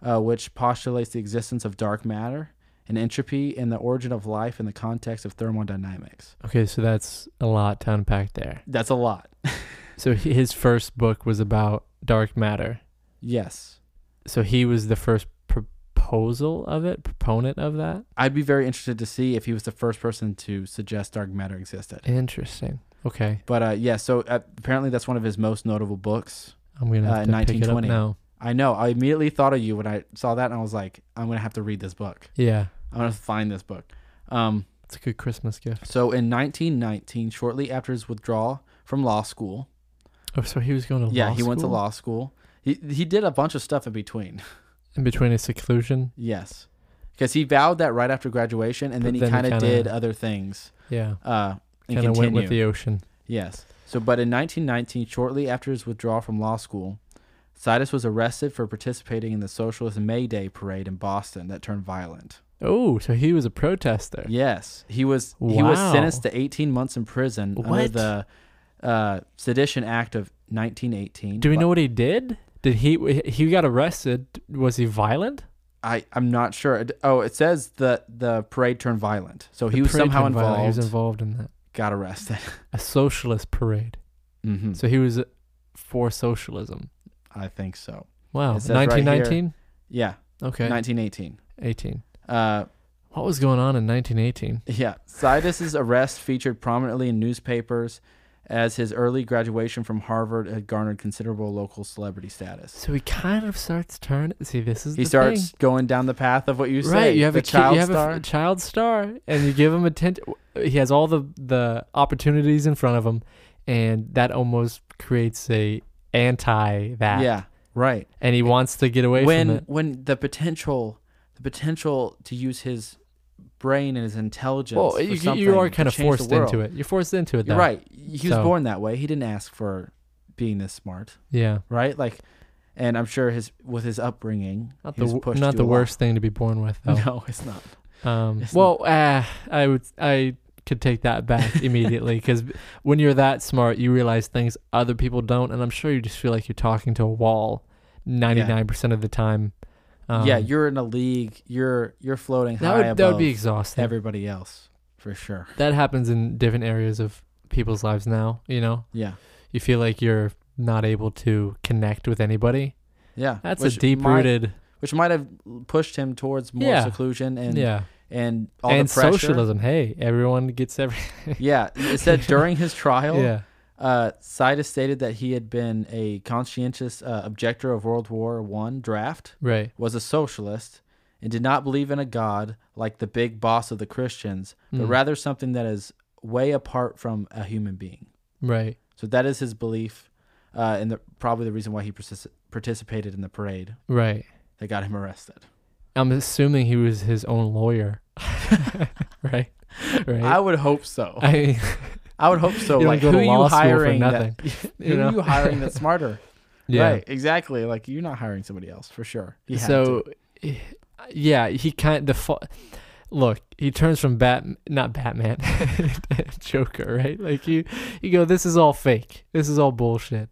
Speaker 1: uh, which postulates the existence of dark matter and entropy and the origin of life in the context of thermodynamics.
Speaker 2: Okay, so that's a lot to unpack there.
Speaker 1: That's a lot.
Speaker 2: So he, his first book was about dark matter.
Speaker 1: Yes.
Speaker 2: So he was the first proposal of it, proponent of that.
Speaker 1: I'd be very interested to see if he was the first person to suggest dark matter existed.
Speaker 2: Interesting. Okay,
Speaker 1: But uh, yeah, so uh, apparently that's one of his most notable books.
Speaker 2: I'm gonna
Speaker 1: Uh,
Speaker 2: have to pick it up
Speaker 1: 1920.
Speaker 2: now.
Speaker 1: I know. I immediately thought of you when I saw that, and I was like, I'm gonna have to read this book.
Speaker 2: Yeah,
Speaker 1: I'm gonna find this book. Um,
Speaker 2: it's a good Christmas gift.
Speaker 1: so in 1919, shortly after his withdrawal from law school,
Speaker 2: Oh, so he was going to
Speaker 1: yeah,
Speaker 2: law
Speaker 1: he went to
Speaker 2: school?
Speaker 1: law school. He he did a bunch of stuff in between.
Speaker 2: in between his seclusion.
Speaker 1: yes, because he vowed that right after graduation, and
Speaker 2: But
Speaker 1: then he
Speaker 2: then
Speaker 1: kind of
Speaker 2: kinda-
Speaker 1: did other things.
Speaker 2: Yeah,
Speaker 1: Uh, and
Speaker 2: kind of went with
Speaker 1: continued.
Speaker 2: the ocean.
Speaker 1: Yes. So, but in 1919, shortly after his withdrawal from law school, Sidus was arrested for participating in the socialist May Day parade in Boston that turned violent.
Speaker 2: Oh, so he was a protester.
Speaker 1: Yes, he was. He was
Speaker 2: Wow.
Speaker 1: sentenced to 18 months in prison
Speaker 2: What?
Speaker 1: under the uh, Sedition Act of 1918.
Speaker 2: Do we
Speaker 1: But
Speaker 2: know what he did? Did he he got arrested? Was he violent?
Speaker 1: I I'm not sure. It- Oh, it says the the parade turned violent, so he
Speaker 2: The
Speaker 1: was
Speaker 2: parade
Speaker 1: somehow
Speaker 2: turned
Speaker 1: involved.
Speaker 2: violent. He was involved in that
Speaker 1: Got arrested.
Speaker 2: a socialist parade.
Speaker 1: hmm
Speaker 2: So he was for socialism.
Speaker 1: I think so.
Speaker 2: Wow,
Speaker 1: It says right here-
Speaker 2: 1919.
Speaker 1: Yeah,
Speaker 2: okay,
Speaker 1: 1918.
Speaker 2: 18.
Speaker 1: Uh,
Speaker 2: What was going on in 1918?
Speaker 1: Yeah, Sidus's arrest featured prominently in newspapers, as his early graduation from Harvard had garnered considerable local celebrity status.
Speaker 2: So he kind of starts turn. See, this is
Speaker 1: He
Speaker 2: the
Speaker 1: starts
Speaker 2: thing.
Speaker 1: going down the path of what you say.
Speaker 2: right. You have
Speaker 1: the
Speaker 2: a kid-
Speaker 1: child
Speaker 2: you have
Speaker 1: star.
Speaker 2: A, f- child star, and you give him attention. He has all the the opportunities in front of him, and that almost creates a anti that.
Speaker 1: yeah, right.
Speaker 2: and he wants to get away from
Speaker 1: When
Speaker 2: it.
Speaker 1: when the potential, the potential to use his brain and his intelligence.
Speaker 2: Well,
Speaker 1: for
Speaker 2: you,
Speaker 1: something
Speaker 2: you are
Speaker 1: to
Speaker 2: kind of
Speaker 1: change the
Speaker 2: forced into
Speaker 1: world.
Speaker 2: it. You're forced into it.
Speaker 1: You're
Speaker 2: Though.
Speaker 1: right. He was
Speaker 2: So-
Speaker 1: born that way. He didn't ask for being this smart,
Speaker 2: Yeah.
Speaker 1: right? Like, and I'm sure his with his upbringing,
Speaker 2: Not
Speaker 1: he
Speaker 2: the
Speaker 1: was
Speaker 2: wor-
Speaker 1: pushed
Speaker 2: not
Speaker 1: to
Speaker 2: the
Speaker 1: a lot.
Speaker 2: worst thing to be born with though.
Speaker 1: No, it's not.
Speaker 2: Um,
Speaker 1: It's
Speaker 2: well, uh, I would I could take that back immediately because when you're that smart, you realize things other people don't, and I'm sure you just feel like you're talking to a wall ninety nine percent of the time. Um,
Speaker 1: yeah, you're in a league. You're you're floating
Speaker 2: that
Speaker 1: high
Speaker 2: would
Speaker 1: above
Speaker 2: that would be exhausting.
Speaker 1: everybody else for sure.
Speaker 2: that happens in different areas of people's lives now. You know,
Speaker 1: Yeah,
Speaker 2: you feel like you're not able to connect with anybody.
Speaker 1: yeah.
Speaker 2: That's
Speaker 1: Which
Speaker 2: a deep rooted.
Speaker 1: might- which might have pushed him towards more
Speaker 2: Yeah.
Speaker 1: seclusion and
Speaker 2: Yeah.
Speaker 1: and all
Speaker 2: and
Speaker 1: the pressure.
Speaker 2: socialism. Hey, everyone gets every.
Speaker 1: Yeah, it said during his trial,
Speaker 2: Yeah.
Speaker 1: uh, Sidus stated that he had been a conscientious uh, objector of World War One draft,
Speaker 2: Right.
Speaker 1: was a socialist, and did not believe in a god like the big boss of the Christians, but
Speaker 2: Mm.
Speaker 1: rather something that is way apart from a human being.
Speaker 2: Right.
Speaker 1: So that is his belief, uh, and the, probably the reason why he persis- participated in the parade
Speaker 2: Right.
Speaker 1: that got him arrested.
Speaker 2: I'm assuming he was his own lawyer. right. Right.
Speaker 1: I would hope so.
Speaker 2: I mean,
Speaker 1: I would hope so.
Speaker 2: You don't
Speaker 1: like
Speaker 2: go
Speaker 1: who
Speaker 2: to
Speaker 1: are
Speaker 2: law
Speaker 1: you
Speaker 2: school for
Speaker 1: hiring? That,
Speaker 2: nothing.
Speaker 1: who
Speaker 2: you know?
Speaker 1: are you hiring that's smarter?
Speaker 2: Yeah.
Speaker 1: Right, exactly. Like you're not hiring somebody else for sure. You have
Speaker 2: so,
Speaker 1: to.
Speaker 2: eh, yeah, he kind the fa- look. He turns from Bat, not Batman, Joker, right? Like you, you go. This is all fake. This is all bullshit.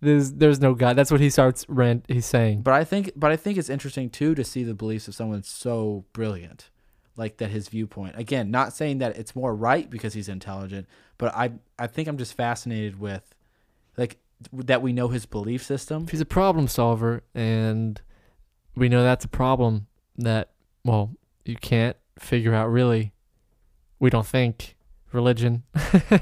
Speaker 2: There's there's no God. That's what he starts rant. He's saying.
Speaker 1: but I think but I think it's interesting too to see the beliefs of someone so brilliant, like that his viewpoint. Again, not saying that it's more right because he's intelligent, but I I think I'm just fascinated with, like that we know his belief system.
Speaker 2: He's a problem solver, and we know that's a problem that well you can't figure out really. We don't think religion.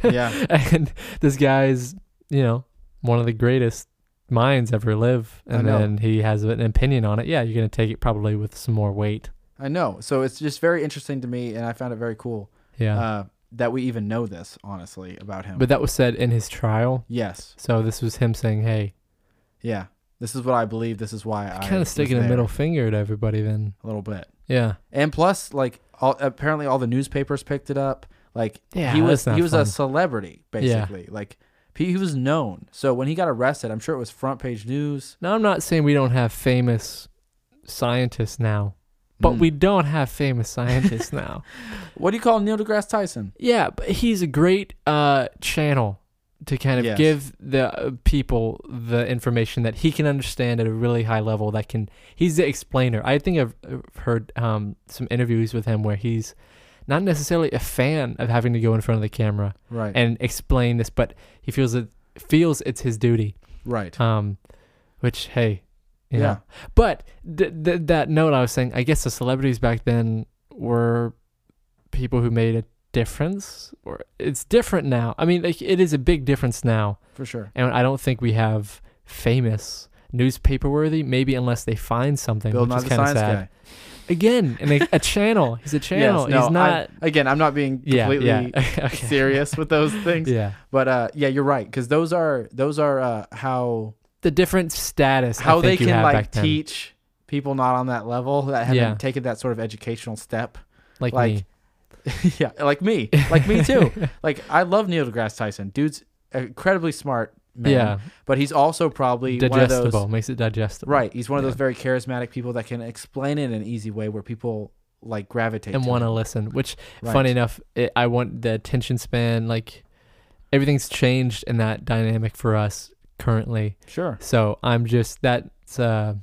Speaker 1: Yeah.
Speaker 2: and this guy's you know one of the greatest minds ever live
Speaker 1: I
Speaker 2: and
Speaker 1: know.
Speaker 2: then he has an opinion on it yeah you're gonna take it probably with some more weight
Speaker 1: I know. So it's just very interesting to me, and I found it very cool
Speaker 2: yeah
Speaker 1: uh, that we even know this honestly about him.
Speaker 2: but that was said in his trial
Speaker 1: yes,
Speaker 2: so this was him saying hey
Speaker 1: yeah, this is what I believe. This is why I
Speaker 2: kind of
Speaker 1: was
Speaker 2: sticking a
Speaker 1: there,
Speaker 2: middle finger to everybody then
Speaker 1: a little bit,
Speaker 2: yeah
Speaker 1: and plus, like all, apparently all the newspapers picked it up. Like
Speaker 2: Yeah,
Speaker 1: he was
Speaker 2: that's not
Speaker 1: he was
Speaker 2: fun.
Speaker 1: a celebrity basically. Like he, he was known. So when he got arrested, I'm sure it was front page news.
Speaker 2: now i'm not saying we don't have famous scientists now but
Speaker 1: Mm.
Speaker 2: we don't have famous scientists now
Speaker 1: What do you call Neil deGrasse Tyson?
Speaker 2: Yeah, but he's a great uh, channel to kind of
Speaker 1: Yes.
Speaker 2: give the uh, people the information that he can understand at a really high level. That can he's the explainer. I think I've I've heard um, some interviews with him where he's not necessarily a fan of having to go in front of the camera
Speaker 1: Right,
Speaker 2: and explain this, but he feels it feels it's his duty.
Speaker 1: right.
Speaker 2: Um, which hey, you
Speaker 1: yeah,
Speaker 2: know. But th- th- that note I was saying, I guess the celebrities back then were people who made a difference. Or it's different now. I mean, like, it is a big difference now,
Speaker 1: for sure.
Speaker 2: and I don't think we have famous newspaper worthy. Maybe unless they find something,
Speaker 1: Bill,
Speaker 2: which
Speaker 1: not
Speaker 2: is
Speaker 1: the
Speaker 2: kind of
Speaker 1: science
Speaker 2: sad.
Speaker 1: guy.
Speaker 2: Again, and a, a channel. He's a channel.
Speaker 1: Yes, no,
Speaker 2: He's not.
Speaker 1: I, again, I'm not being
Speaker 2: yeah,
Speaker 1: completely
Speaker 2: yeah. okay.
Speaker 1: serious with those things.
Speaker 2: Yeah,
Speaker 1: But uh, yeah, you're right because those are those are uh, how
Speaker 2: the different status. I
Speaker 1: how they
Speaker 2: think you
Speaker 1: can
Speaker 2: had
Speaker 1: like
Speaker 2: back then.
Speaker 1: teach people not on that level that haven't
Speaker 2: Yeah.
Speaker 1: taken that sort of educational step.
Speaker 2: like,
Speaker 1: like,
Speaker 2: me.
Speaker 1: yeah, like me, like me too. like I love Neil deGrasse Tyson. Dude's incredibly smart man.
Speaker 2: yeah,
Speaker 1: but he's also probably one of
Speaker 2: digestible
Speaker 1: those
Speaker 2: makes it digestible.
Speaker 1: right. He's one of
Speaker 2: Yeah.
Speaker 1: those very charismatic people that can explain it in an easy way where people like gravitate
Speaker 2: and
Speaker 1: to
Speaker 2: want to
Speaker 1: him.
Speaker 2: listen. Which,
Speaker 1: Right.
Speaker 2: funny enough, it, I want the attention span. Like everything's changed in that dynamic for us currently.
Speaker 1: Sure,
Speaker 2: So I'm just that's uh,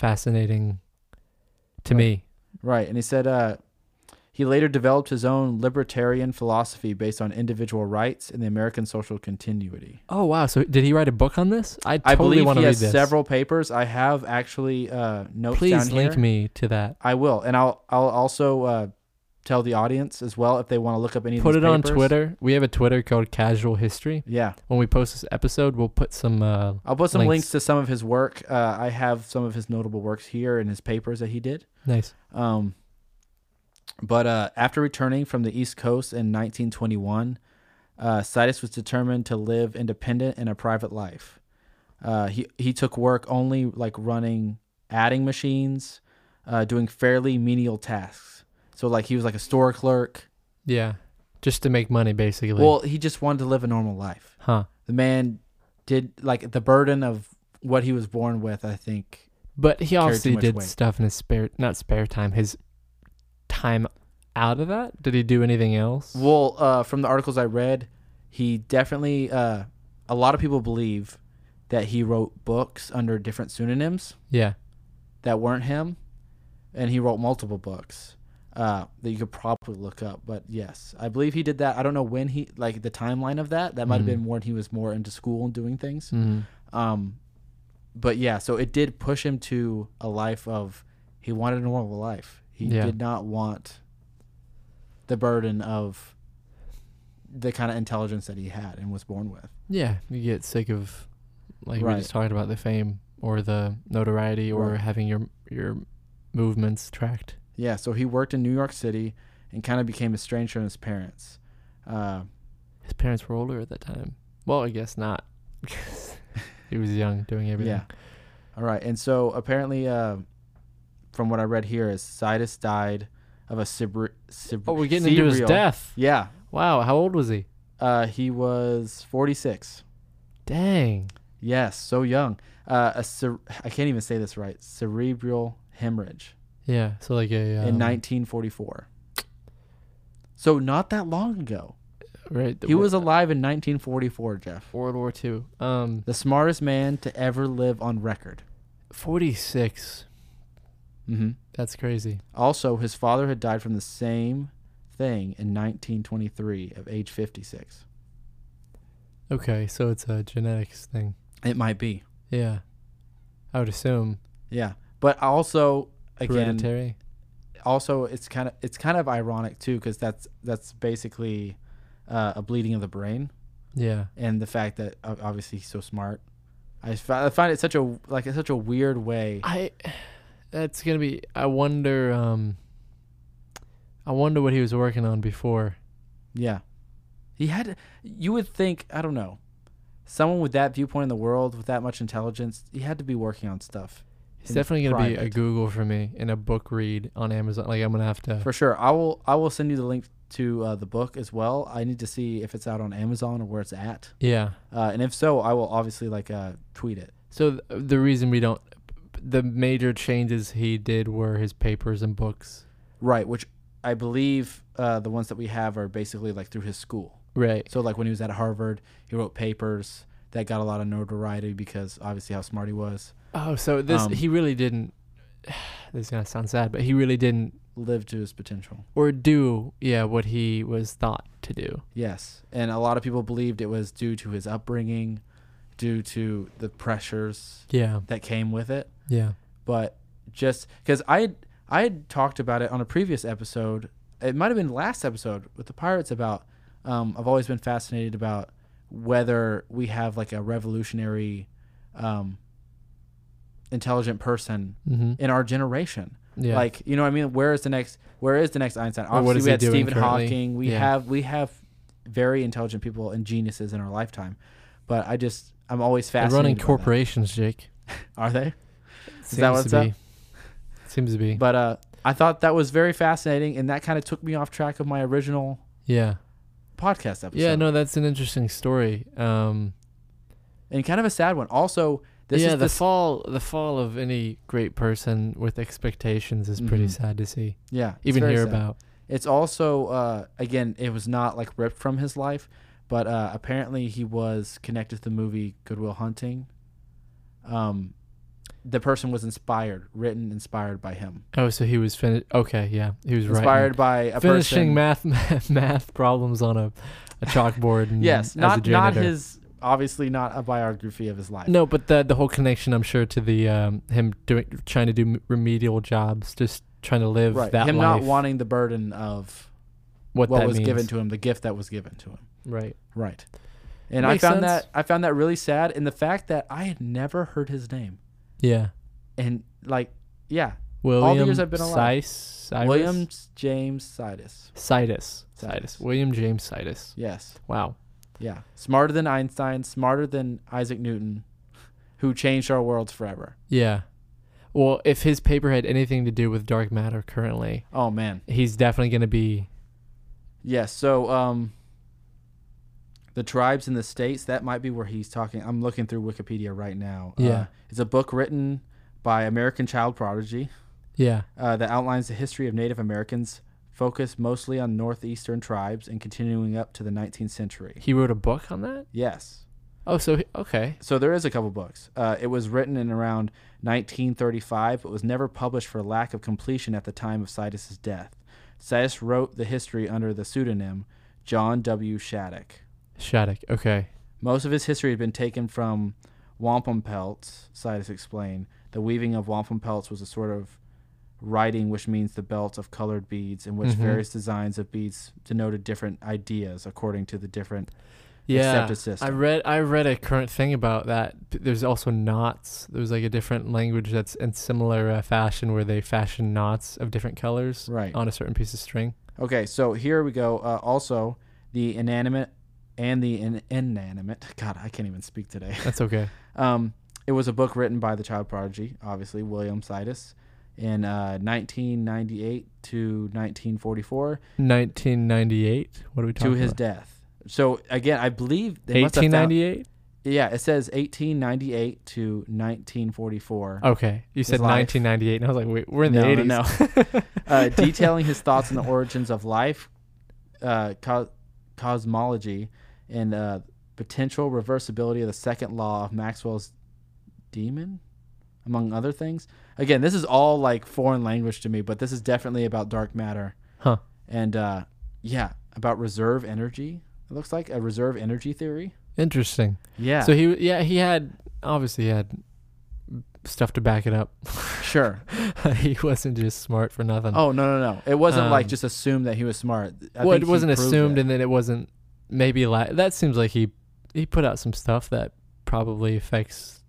Speaker 2: fascinating to
Speaker 1: Right.
Speaker 2: me.
Speaker 1: right. And he said uh, he later developed his own libertarian philosophy based on individual rights and the American social continuity.
Speaker 2: Oh wow! So did he write a book on this? I
Speaker 1: I
Speaker 2: totally
Speaker 1: believe
Speaker 2: want to
Speaker 1: he
Speaker 2: read
Speaker 1: has
Speaker 2: this.
Speaker 1: several papers. I have actually uh, notes down
Speaker 2: Please
Speaker 1: here.
Speaker 2: link me to that.
Speaker 1: I will, and I'll I'll also uh, tell the audience as well if they want to look up any. of
Speaker 2: Put
Speaker 1: these
Speaker 2: it on
Speaker 1: papers.
Speaker 2: Twitter. We have a Twitter called Casual History.
Speaker 1: Yeah,
Speaker 2: When we post this episode, we'll put some. Uh,
Speaker 1: I'll put some links,
Speaker 2: Links.
Speaker 1: to some of his work. Uh, I have some of his notable works here and his papers that he did.
Speaker 2: nice.
Speaker 1: Um, but uh, after returning from the East Coast in 1921, uh, Sidus was determined to live independent in a private life. Uh, he he took work only like running adding machines, uh, doing fairly menial tasks. So like he was like a store clerk.
Speaker 2: Yeah, just to make money, basically.
Speaker 1: Well, he just wanted to live a normal life.
Speaker 2: huh?
Speaker 1: The man did like the burden of what he was born with. I think
Speaker 2: But he
Speaker 1: carried too
Speaker 2: obviously
Speaker 1: much
Speaker 2: did
Speaker 1: weight.
Speaker 2: stuff in his spare, not spare time, his time out of that. Did he do anything else?
Speaker 1: Well, uh, from the articles I read, he definitely. Uh, a lot of people believe that he wrote books under different pseudonyms
Speaker 2: yeah.
Speaker 1: that weren't him, and he wrote multiple books uh, that you could probably look up. But yes, I believe he did that. I don't know when he like the timeline of that. That might have
Speaker 2: Mhm.
Speaker 1: been when he was more into school and doing things.
Speaker 2: Mm.
Speaker 1: Um, but yeah, so it did push him to a life of he wanted a normal life. He
Speaker 2: Yeah.
Speaker 1: did not want the burden of the kind of intelligence that he had and was born with.
Speaker 2: Yeah. You get sick of, like we
Speaker 1: Right.
Speaker 2: just talked about, the fame or the notoriety or
Speaker 1: Right.
Speaker 2: having your your movements tracked.
Speaker 1: Yeah, so he worked in New York City and kind of became estranged from his parents. Uh,
Speaker 2: His parents were older at that time. Well, I guess not. he was young, doing everything.
Speaker 1: yeah. All right, and so apparently, uh, from what I read here, is Sidus died of a cibri- cibri-
Speaker 2: Oh, we're getting into his
Speaker 1: serial-
Speaker 2: death.
Speaker 1: Yeah,
Speaker 2: Wow. How old was he?
Speaker 1: uh, he was forty six.
Speaker 2: Dang.
Speaker 1: Yes, so young. uh, a cere- I can't even say this right cerebral hemorrhage
Speaker 2: Yeah. So like a um,
Speaker 1: in 1944. So not that long ago.
Speaker 2: Right.
Speaker 1: He was uh, alive in 1944, Jeff.
Speaker 2: World War Two. Um,
Speaker 1: The smartest man to ever live on record.
Speaker 2: forty six.
Speaker 1: hmm
Speaker 2: That's crazy.
Speaker 1: Also, his father had died from the same thing in 1923 of age 56.
Speaker 2: Okay, so it's a genetics thing.
Speaker 1: It might be.
Speaker 2: Yeah. I would assume
Speaker 1: Yeah. But also again
Speaker 2: hereditary.
Speaker 1: also it's kind of it's kind of ironic too cuz that's that's basically uh, a bleeding of the brain
Speaker 2: Yeah.
Speaker 1: and the fact that o- obviously he's so smart. I just fi- I find it such a like it's such a weird way.
Speaker 2: I that's gonna be I wonder um I wonder what he was working on before.
Speaker 1: Yeah. He had you would think, I don't know. Someone with that viewpoint in the world with that much intelligence, he had to be working on stuff.
Speaker 2: He's
Speaker 1: In
Speaker 2: definitely gonna be a
Speaker 1: private.
Speaker 2: Google for me and a book read on Amazon. Like I'm gonna have to
Speaker 1: For sure. I will I will send you the link to uh, the book as well. I need to see if it's out on Amazon or where it's at.
Speaker 2: Yeah.
Speaker 1: Uh, and if so, I will obviously like uh, tweet it.
Speaker 2: So th- the reason we don't the major changes he did were his papers and books.
Speaker 1: Right, which I believe uh, the ones that we have are basically like through his school.
Speaker 2: Right.
Speaker 1: So like when he was at Harvard, he wrote papers that got a lot of notoriety because obviously how smart he was.
Speaker 2: Oh, so this
Speaker 1: Um,
Speaker 2: he really didn't. This is gonna sound sad, but he really didn't
Speaker 1: Lived to his potential.
Speaker 2: or do yeah what he was thought to do.
Speaker 1: Yes, and a lot of people believed it was due to his upbringing, due to the pressures
Speaker 2: Yeah,
Speaker 1: that came with it.
Speaker 2: yeah,
Speaker 1: but just because I had, I had talked about it on a previous episode, it might have been last episode with the pirates about. Um, I've always been fascinated about whether we have like a revolutionary, um, intelligent person
Speaker 2: mm-hmm.
Speaker 1: in our generation.
Speaker 2: yeah.
Speaker 1: Like you know, what I mean, where is the next? Where is the next Einstein?
Speaker 2: Or what
Speaker 1: Obviously,
Speaker 2: is
Speaker 1: we
Speaker 2: he
Speaker 1: had
Speaker 2: doing
Speaker 1: Stephen
Speaker 2: currently?
Speaker 1: Hawking. We
Speaker 2: Yeah.
Speaker 1: have we have very intelligent people and geniuses in our lifetime, but I just I'm always
Speaker 2: They're
Speaker 1: fascinated.
Speaker 2: running
Speaker 1: by that.
Speaker 2: corporations, Jake.
Speaker 1: are they?
Speaker 2: Seems
Speaker 1: that what's
Speaker 2: to be. Seems to be.
Speaker 1: But uh, I thought that was very fascinating, and that kind of took me off track of my original
Speaker 2: yeah,
Speaker 1: podcast episode.
Speaker 2: yeah. No, that's an interesting story. Um,
Speaker 1: and kind of a sad one. Also, this
Speaker 2: yeah,
Speaker 1: is
Speaker 2: the
Speaker 1: the
Speaker 2: fall, the fall of any great person with expectations is pretty
Speaker 1: Mhm.
Speaker 2: sad to see,
Speaker 1: yeah, it's
Speaker 2: even
Speaker 1: very
Speaker 2: hear
Speaker 1: sad.
Speaker 2: about.
Speaker 1: It's also uh, again, it was not like ripped from his life, but uh, apparently he was connected to the movie Goodwill Hunting. Um, the person was inspired, written, inspired by him,
Speaker 2: Oh, so he was finished. Okay, yeah, he was writing.
Speaker 1: inspired by a
Speaker 2: finishing
Speaker 1: person.
Speaker 2: math math problems on a, a chalkboard. And
Speaker 1: yes,
Speaker 2: as a
Speaker 1: not not
Speaker 2: janitor.
Speaker 1: his. Obviously, not a biography of his life.
Speaker 2: No, but the the whole connection, I'm sure, to the um, him doing trying to do remedial jobs, just trying to live
Speaker 1: right.
Speaker 2: that
Speaker 1: Him
Speaker 2: life.
Speaker 1: not wanting the burden of
Speaker 2: what,
Speaker 1: what
Speaker 2: that
Speaker 1: was
Speaker 2: means.
Speaker 1: given to him, the gift that was given to him.
Speaker 2: right.
Speaker 1: Right. And
Speaker 2: Makes
Speaker 1: I found
Speaker 2: sense.
Speaker 1: that I found that really sad and the fact that I had never heard his name.
Speaker 2: Yeah,
Speaker 1: And like yeah,
Speaker 2: William
Speaker 1: years I've been alive.
Speaker 2: Cis, Cyrus?
Speaker 1: William James Sidis.
Speaker 2: Sidus. Sidus.
Speaker 1: Sidus.
Speaker 2: William James Sidus.
Speaker 1: Yes.
Speaker 2: Wow.
Speaker 1: Yeah. Smarter than Einstein, smarter than Isaac Newton, who changed our worlds forever.
Speaker 2: Yeah. Well, if his paper had anything to do with dark matter currently,
Speaker 1: Oh man.
Speaker 2: he's definitely going to be.
Speaker 1: Yes. So um the tribes and the states, that might be where he's talking. I'm looking through Wikipedia right now. Uh,
Speaker 2: Yeah.
Speaker 1: it's a book written by American child prodigy.
Speaker 2: Yeah.
Speaker 1: uh, that outlines the history of Native Americans, focused mostly on northeastern tribes and continuing up to the 19th century.
Speaker 2: He wrote a book on that.
Speaker 1: Yes.
Speaker 2: Oh, so he, okay.
Speaker 1: So there is a couple books. Uh, it was written in around 1935, but was never published for lack of completion at the time of Sidus's death. Sidus wrote the history under the pseudonym John W. Shattuck.
Speaker 2: Shattuck. Okay.
Speaker 1: Most of his history had been taken from wampum pelts, Sidus explained. The weaving of wampum pelts was a sort of writing which means the belt of colored beads in which
Speaker 2: Mhm.
Speaker 1: various designs of beads denoted different ideas according to the different
Speaker 2: Yeah.
Speaker 1: accepted system.
Speaker 2: I read I read a current thing about that. There's also knots. There's like a different language that's in similar uh, fashion where they fashion knots of different colors
Speaker 1: Right.
Speaker 2: on a certain piece of string.
Speaker 1: Okay, so here we go. Uh, also, the inanimate and the in- inanimate. God, I can't even speak today.
Speaker 2: That's okay.
Speaker 1: Um, it was a book written by the child prodigy, obviously William Sidus, in uh, 1998 to 1944.
Speaker 2: 1998. What are we talking
Speaker 1: to his
Speaker 2: about?
Speaker 1: death. So again, I believe they must have found,
Speaker 2: 1898.
Speaker 1: Yeah, it says 1898 to 1944.
Speaker 2: Okay, you said
Speaker 1: life.
Speaker 2: 1998, and I was like, wait, we're in the
Speaker 1: No,
Speaker 2: 80s.
Speaker 1: no, uh, detailing his thoughts on the origins of life, uh, co- cosmology, and uh, potential reversibility of the second law of Maxwell's demon, among other things. Again, this is all like foreign language to me, but this is definitely about dark matter.
Speaker 2: Huh.
Speaker 1: And uh, yeah, about reserve energy. It looks like a reserve energy theory.
Speaker 2: Interesting.
Speaker 1: Yeah.
Speaker 2: So he, yeah, he had obviously he had stuff to back it up.
Speaker 1: sure.
Speaker 2: he wasn't just smart for nothing.
Speaker 1: Oh no no no! It wasn't like
Speaker 2: Um,
Speaker 1: just assumed that he was smart. I
Speaker 2: well,
Speaker 1: think
Speaker 2: it
Speaker 1: he
Speaker 2: wasn't
Speaker 1: proved
Speaker 2: assumed,
Speaker 1: it.
Speaker 2: and then it wasn't maybe like that. Seems like he he put out some stuff that probably affects,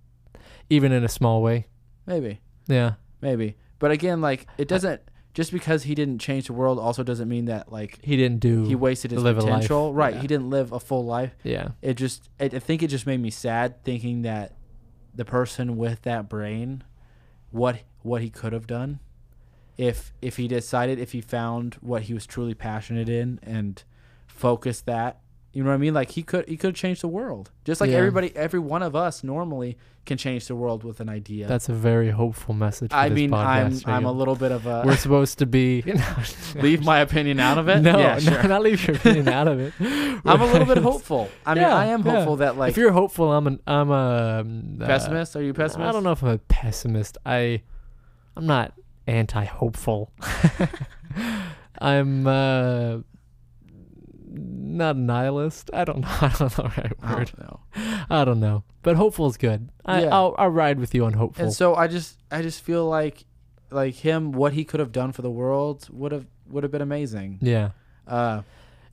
Speaker 2: even in a small way.
Speaker 1: Maybe.
Speaker 2: Yeah.
Speaker 1: Maybe. But again, like it doesn't just because he didn't change the world also doesn't mean that like
Speaker 2: He didn't do.
Speaker 1: he wasted his
Speaker 2: Live a life.
Speaker 1: potential. Right.
Speaker 2: Yeah.
Speaker 1: He didn't live a full life.
Speaker 2: yeah.
Speaker 1: It just I I think it just made me sad thinking that the person with that brain what what he could have done if if he decided if he found what he was truly passionate in and focused that you know what I mean? Like he could he could have changed the world. Just like
Speaker 2: Yeah.
Speaker 1: everybody every one of us normally can change the world with an idea.
Speaker 2: That's a very hopeful message. For
Speaker 1: I
Speaker 2: this
Speaker 1: mean I'm
Speaker 2: podcast,
Speaker 1: I'm a
Speaker 2: Jacob.
Speaker 1: little bit of a
Speaker 2: We're supposed to be.
Speaker 1: leave my opinion out of it?
Speaker 2: No,
Speaker 1: Yeah,
Speaker 2: no,
Speaker 1: sure.
Speaker 2: not leave your opinion out of it.
Speaker 1: I'm a little bit hopeful. I mean,
Speaker 2: Yeah,
Speaker 1: I am
Speaker 2: yeah.
Speaker 1: hopeful that like
Speaker 2: if you're hopeful, I'm an I'm a um, uh,
Speaker 1: pessimist. Are you a pessimist?
Speaker 2: I don't know if I'm a pessimist. I I'm not anti hopeful. I'm uh, not a nihilist. I don't know. I don't know the right
Speaker 1: I
Speaker 2: word.
Speaker 1: don't know.
Speaker 2: I don't know. But hopeful is good. I,
Speaker 1: Yeah.
Speaker 2: I'll I'll ride with you on hopeful.
Speaker 1: And so I just I just feel like like him what he could have done for the world would have would have been amazing.
Speaker 2: yeah.
Speaker 1: Uh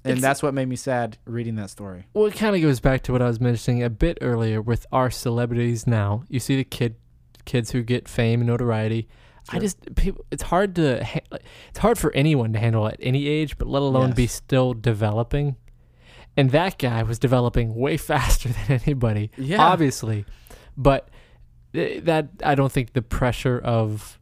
Speaker 1: and
Speaker 2: It's-
Speaker 1: that's what made me sad reading that story.
Speaker 2: Well, it kind of goes back to what I was mentioning a bit earlier with our celebrities now. You see the kid, kids who get fame and notoriety. I
Speaker 1: Sure.
Speaker 2: just people. It's hard to. ha- like, It's hard for anyone to handle at any age, but let alone be
Speaker 1: Yes.
Speaker 2: still developing. And that guy was developing way faster than anybody,
Speaker 1: Yeah.
Speaker 2: obviously. But th- that I don't think the pressure of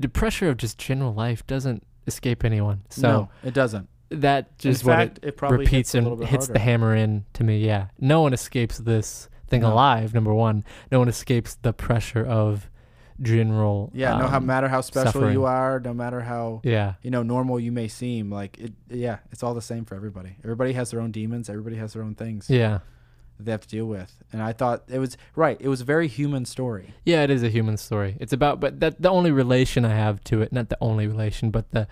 Speaker 2: the pressure of just general life doesn't escape anyone. So
Speaker 1: no, it doesn't.
Speaker 2: that
Speaker 1: In
Speaker 2: just what it
Speaker 1: fact, it, probably
Speaker 2: repeats
Speaker 1: hits a little
Speaker 2: and
Speaker 1: bit
Speaker 2: hits the
Speaker 1: harder.
Speaker 2: hammer in to me. Yeah, no one escapes this thing
Speaker 1: No.
Speaker 2: alive. Number one, no one escapes the pressure of general.
Speaker 1: Yeah, no how,
Speaker 2: um,
Speaker 1: matter how special
Speaker 2: suffering.
Speaker 1: you are, no matter how
Speaker 2: Yeah,
Speaker 1: you know normal you may seem, like it yeah, it's all the same for everybody. Everybody has their own demons, everybody has their own things.
Speaker 2: yeah,
Speaker 1: that they have to deal with. And I thought it was right. It was a very human story.
Speaker 2: yeah. It is a human story. It's about, but that the only relation I have to it, not the only relation, but the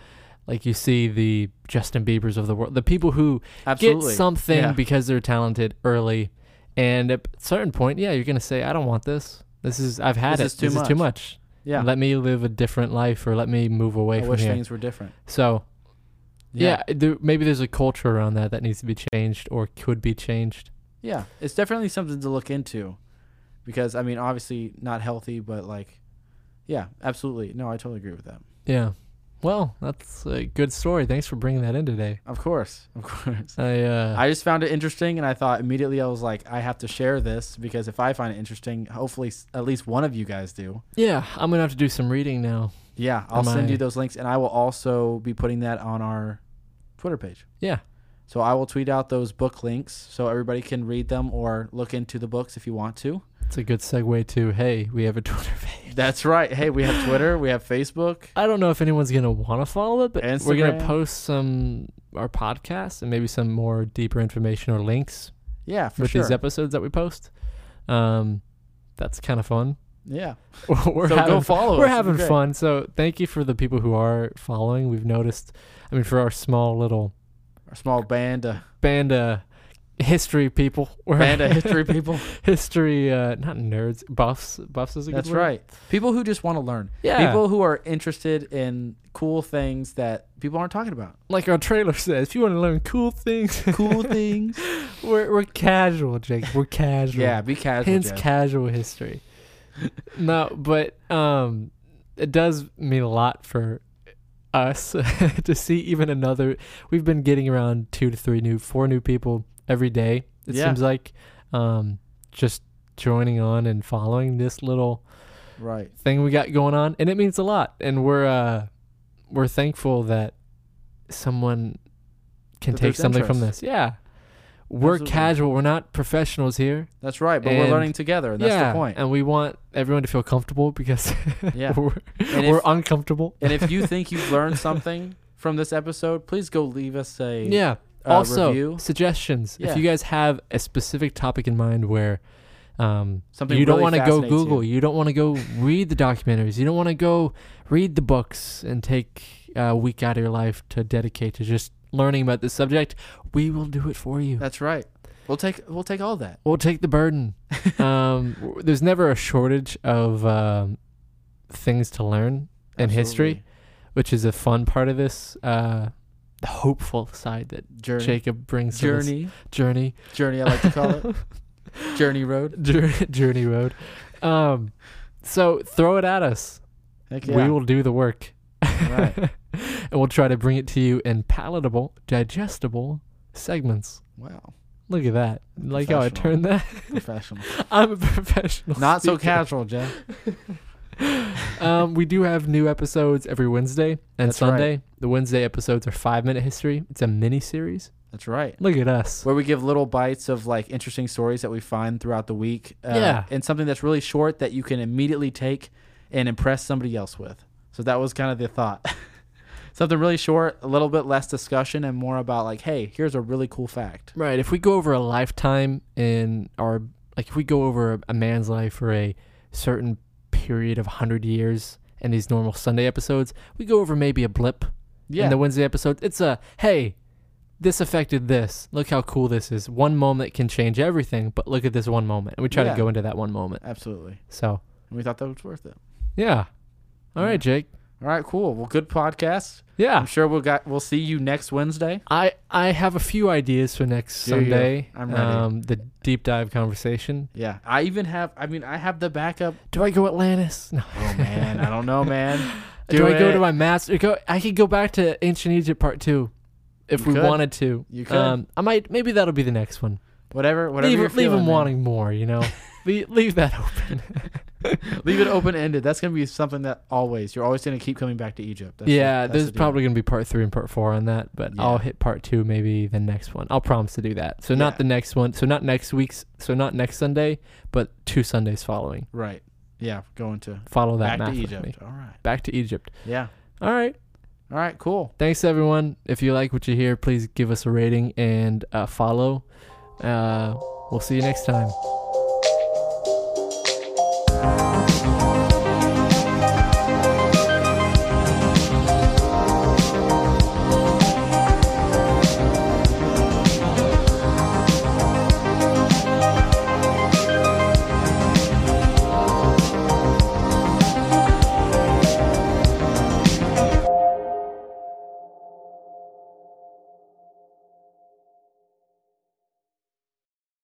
Speaker 2: like you see the Justin Bieber's of the world, the people who
Speaker 1: Absolutely.
Speaker 2: get something
Speaker 1: Yeah.
Speaker 2: because they're talented early, and at a certain point, yeah, you're gonna say, I don't want this. This is I've had
Speaker 1: This
Speaker 2: it.
Speaker 1: is too
Speaker 2: this is too much.
Speaker 1: yeah.
Speaker 2: Let me live a different life, or let me move away
Speaker 1: I
Speaker 2: from
Speaker 1: wish
Speaker 2: here.
Speaker 1: things were different.
Speaker 2: So yeah, there, maybe there's a culture around that that needs to be changed or could be changed.
Speaker 1: Yeah. It's definitely something to look into because I mean obviously not healthy but like yeah, absolutely. No, I totally agree with that.
Speaker 2: Yeah. Well, that's a good story. Thanks for bringing that in today.
Speaker 1: Of course. Of course.
Speaker 2: I uh
Speaker 1: I just found it interesting and I thought immediately I was like I have to share this because if I find it interesting, hopefully s- at least one of you guys do.
Speaker 2: yeah, I'm going to have to do some reading now.
Speaker 1: Yeah, I'll
Speaker 2: Am
Speaker 1: send
Speaker 2: I-
Speaker 1: you those links and I will also be putting that on our Twitter page.
Speaker 2: Yeah.
Speaker 1: So I will tweet out those book links so everybody can read them or look into the books if you want to.
Speaker 2: It's a good segue to hey, we have a Twitter page.
Speaker 1: That's right. Hey, we have Twitter, we have Facebook.
Speaker 2: I don't know if anyone's going to want to follow it, but we're going to
Speaker 1: Instagram.
Speaker 2: post some our podcast and maybe some more deeper information or links
Speaker 1: Yeah, for
Speaker 2: with
Speaker 1: sure.
Speaker 2: these episodes that we post. Um that's kind of fun.
Speaker 1: yeah.
Speaker 2: we're
Speaker 1: so
Speaker 2: having
Speaker 1: go follow
Speaker 2: we're
Speaker 1: us.
Speaker 2: having
Speaker 1: Okay.
Speaker 2: fun. So thank you for the people who are following. We've noticed. I mean, for our small little
Speaker 1: Our small band of,
Speaker 2: band of history people, we're
Speaker 1: band of history people.
Speaker 2: history uh, not nerds, buffs. Buffs is a good
Speaker 1: That's
Speaker 2: word.
Speaker 1: right. People who just want to learn.
Speaker 2: Yeah,
Speaker 1: People who are interested in cool things that people aren't talking about.
Speaker 2: like our trailer says, if you want to learn cool things,
Speaker 1: Cool things.
Speaker 2: we're we're casual, Jake. We're casual.
Speaker 1: yeah, be casual.
Speaker 2: hence
Speaker 1: Jeff.
Speaker 2: casual history. no, but um, it does mean a lot for us to see even another. We've been getting around two to three new, four new people every day. It
Speaker 1: Yeah.
Speaker 2: seems like um, just joining on and following this little
Speaker 1: right.
Speaker 2: thing we got going on, and it means a lot. And we're uh, we're thankful that someone can
Speaker 1: That
Speaker 2: take
Speaker 1: there's
Speaker 2: something from
Speaker 1: interest.
Speaker 2: this. Yeah. We're
Speaker 1: Absolutely.
Speaker 2: casual. We're not professionals here.
Speaker 1: That's right, but
Speaker 2: And-
Speaker 1: we're learning together, and that's the
Speaker 2: yeah,
Speaker 1: point.
Speaker 2: And we want everyone to feel comfortable because
Speaker 1: Yeah.
Speaker 2: we're,
Speaker 1: And
Speaker 2: we're
Speaker 1: if,
Speaker 2: uncomfortable.
Speaker 1: and if you think you've learned something from this episode, please go leave us a
Speaker 2: yeah.
Speaker 1: uh,
Speaker 2: also,
Speaker 1: review.
Speaker 2: suggestions.
Speaker 1: Yeah.
Speaker 2: If you guys have a specific topic in mind where um,
Speaker 1: Something
Speaker 2: you don't
Speaker 1: really
Speaker 2: want to go
Speaker 1: fascinates you.
Speaker 2: Google, you, don't want to go read the documentaries, you don't want to go read the books and take a week out of your life to dedicate to just learning about this subject, we will do it for you.
Speaker 1: That's right. We'll take we'll take all that.
Speaker 2: We'll take the burden. um, w- there's never a shortage of um, things to learn in history, which is a fun part of this. Uh, the hopeful side that
Speaker 1: Journey.
Speaker 2: Jacob brings to this
Speaker 1: Journey.
Speaker 2: journey.
Speaker 1: Journey, I like to call it. Journey Road.
Speaker 2: Jour- Journey Road. Um, so throw it at us.
Speaker 1: Heck yeah.
Speaker 2: We will do the work.
Speaker 1: Right.
Speaker 2: and we'll try to bring it to you in palatable, digestible segments.
Speaker 1: Wow.
Speaker 2: Look at that. Like how I
Speaker 1: Professional.
Speaker 2: turned that.
Speaker 1: Professional.
Speaker 2: I'm a professional.
Speaker 1: Not so
Speaker 2: speaker.
Speaker 1: casual, Jeff.
Speaker 2: um, we do have new episodes every Wednesday and
Speaker 1: That's right.
Speaker 2: Sunday. The Wednesday episodes are five minute history. It's a mini series.
Speaker 1: That's right.
Speaker 2: Look at us.
Speaker 1: where we give little bites of like interesting stories that we find throughout the week. Uh,
Speaker 2: Yeah.
Speaker 1: And something that's really short that you can immediately take and impress somebody else with. So that was kind of the thought. something really short, a little bit less discussion and more about like, hey, here's a really cool fact.
Speaker 2: Right. If we go over a lifetime in our, like, if we go over a, a man's life for a certain period of 100 years in these normal Sunday episodes, we go over maybe a blip
Speaker 1: Yeah.
Speaker 2: in the Wednesday episode. It's a, hey, this affected this. Look how cool this is. One moment can change everything, but look at this one moment. And we try
Speaker 1: Yeah.
Speaker 2: to go into that one moment.
Speaker 1: absolutely.
Speaker 2: So,
Speaker 1: And we thought that was worth it.
Speaker 2: yeah. All
Speaker 1: Yeah.
Speaker 2: right, Jake.
Speaker 1: All right, cool. Well, good podcast. I'm
Speaker 2: Yeah.
Speaker 1: sure we'll got we'll see you next Wednesday.
Speaker 2: I, I have a few ideas for next
Speaker 1: Do you?
Speaker 2: Sunday.
Speaker 1: I'm ready.
Speaker 2: Um, the deep dive conversation.
Speaker 1: Yeah. I even have I mean, I have the backup.
Speaker 2: Do I go Atlantis? No.
Speaker 1: Oh man, I don't know, man.
Speaker 2: Do, I
Speaker 1: it.
Speaker 2: go to my master? Go, I could go back to ancient Egypt part two, if
Speaker 1: You
Speaker 2: we
Speaker 1: could.
Speaker 2: wanted to.
Speaker 1: You could.
Speaker 2: I might. Maybe that'll be the next one.
Speaker 1: whatever whatever
Speaker 2: Um, leave
Speaker 1: you're
Speaker 2: leave
Speaker 1: feeling, man.
Speaker 2: them wanting more. You know, leave, leave that open.
Speaker 1: Leave it open ended. That's gonna be something that always you're always gonna keep coming back to Egypt. That's the-
Speaker 2: yeah,
Speaker 1: that's
Speaker 2: there's
Speaker 1: the deal.
Speaker 2: probably gonna be part three and part four on that, but
Speaker 1: Yeah.
Speaker 2: I'll hit part two maybe the next one. I'll promise to do that. So not
Speaker 1: Yeah.
Speaker 2: the next one. So not next week's. So not next Sunday, but two Sundays following.
Speaker 1: right. Yeah, going to
Speaker 2: Follow
Speaker 1: back
Speaker 2: that math
Speaker 1: to
Speaker 2: with me.
Speaker 1: Egypt. All right.
Speaker 2: Back to Egypt.
Speaker 1: Yeah.
Speaker 2: All right.
Speaker 1: All right. Cool.
Speaker 2: thanks everyone if you like what you hear please give us a rating and uh, follow uh, we'll see you next time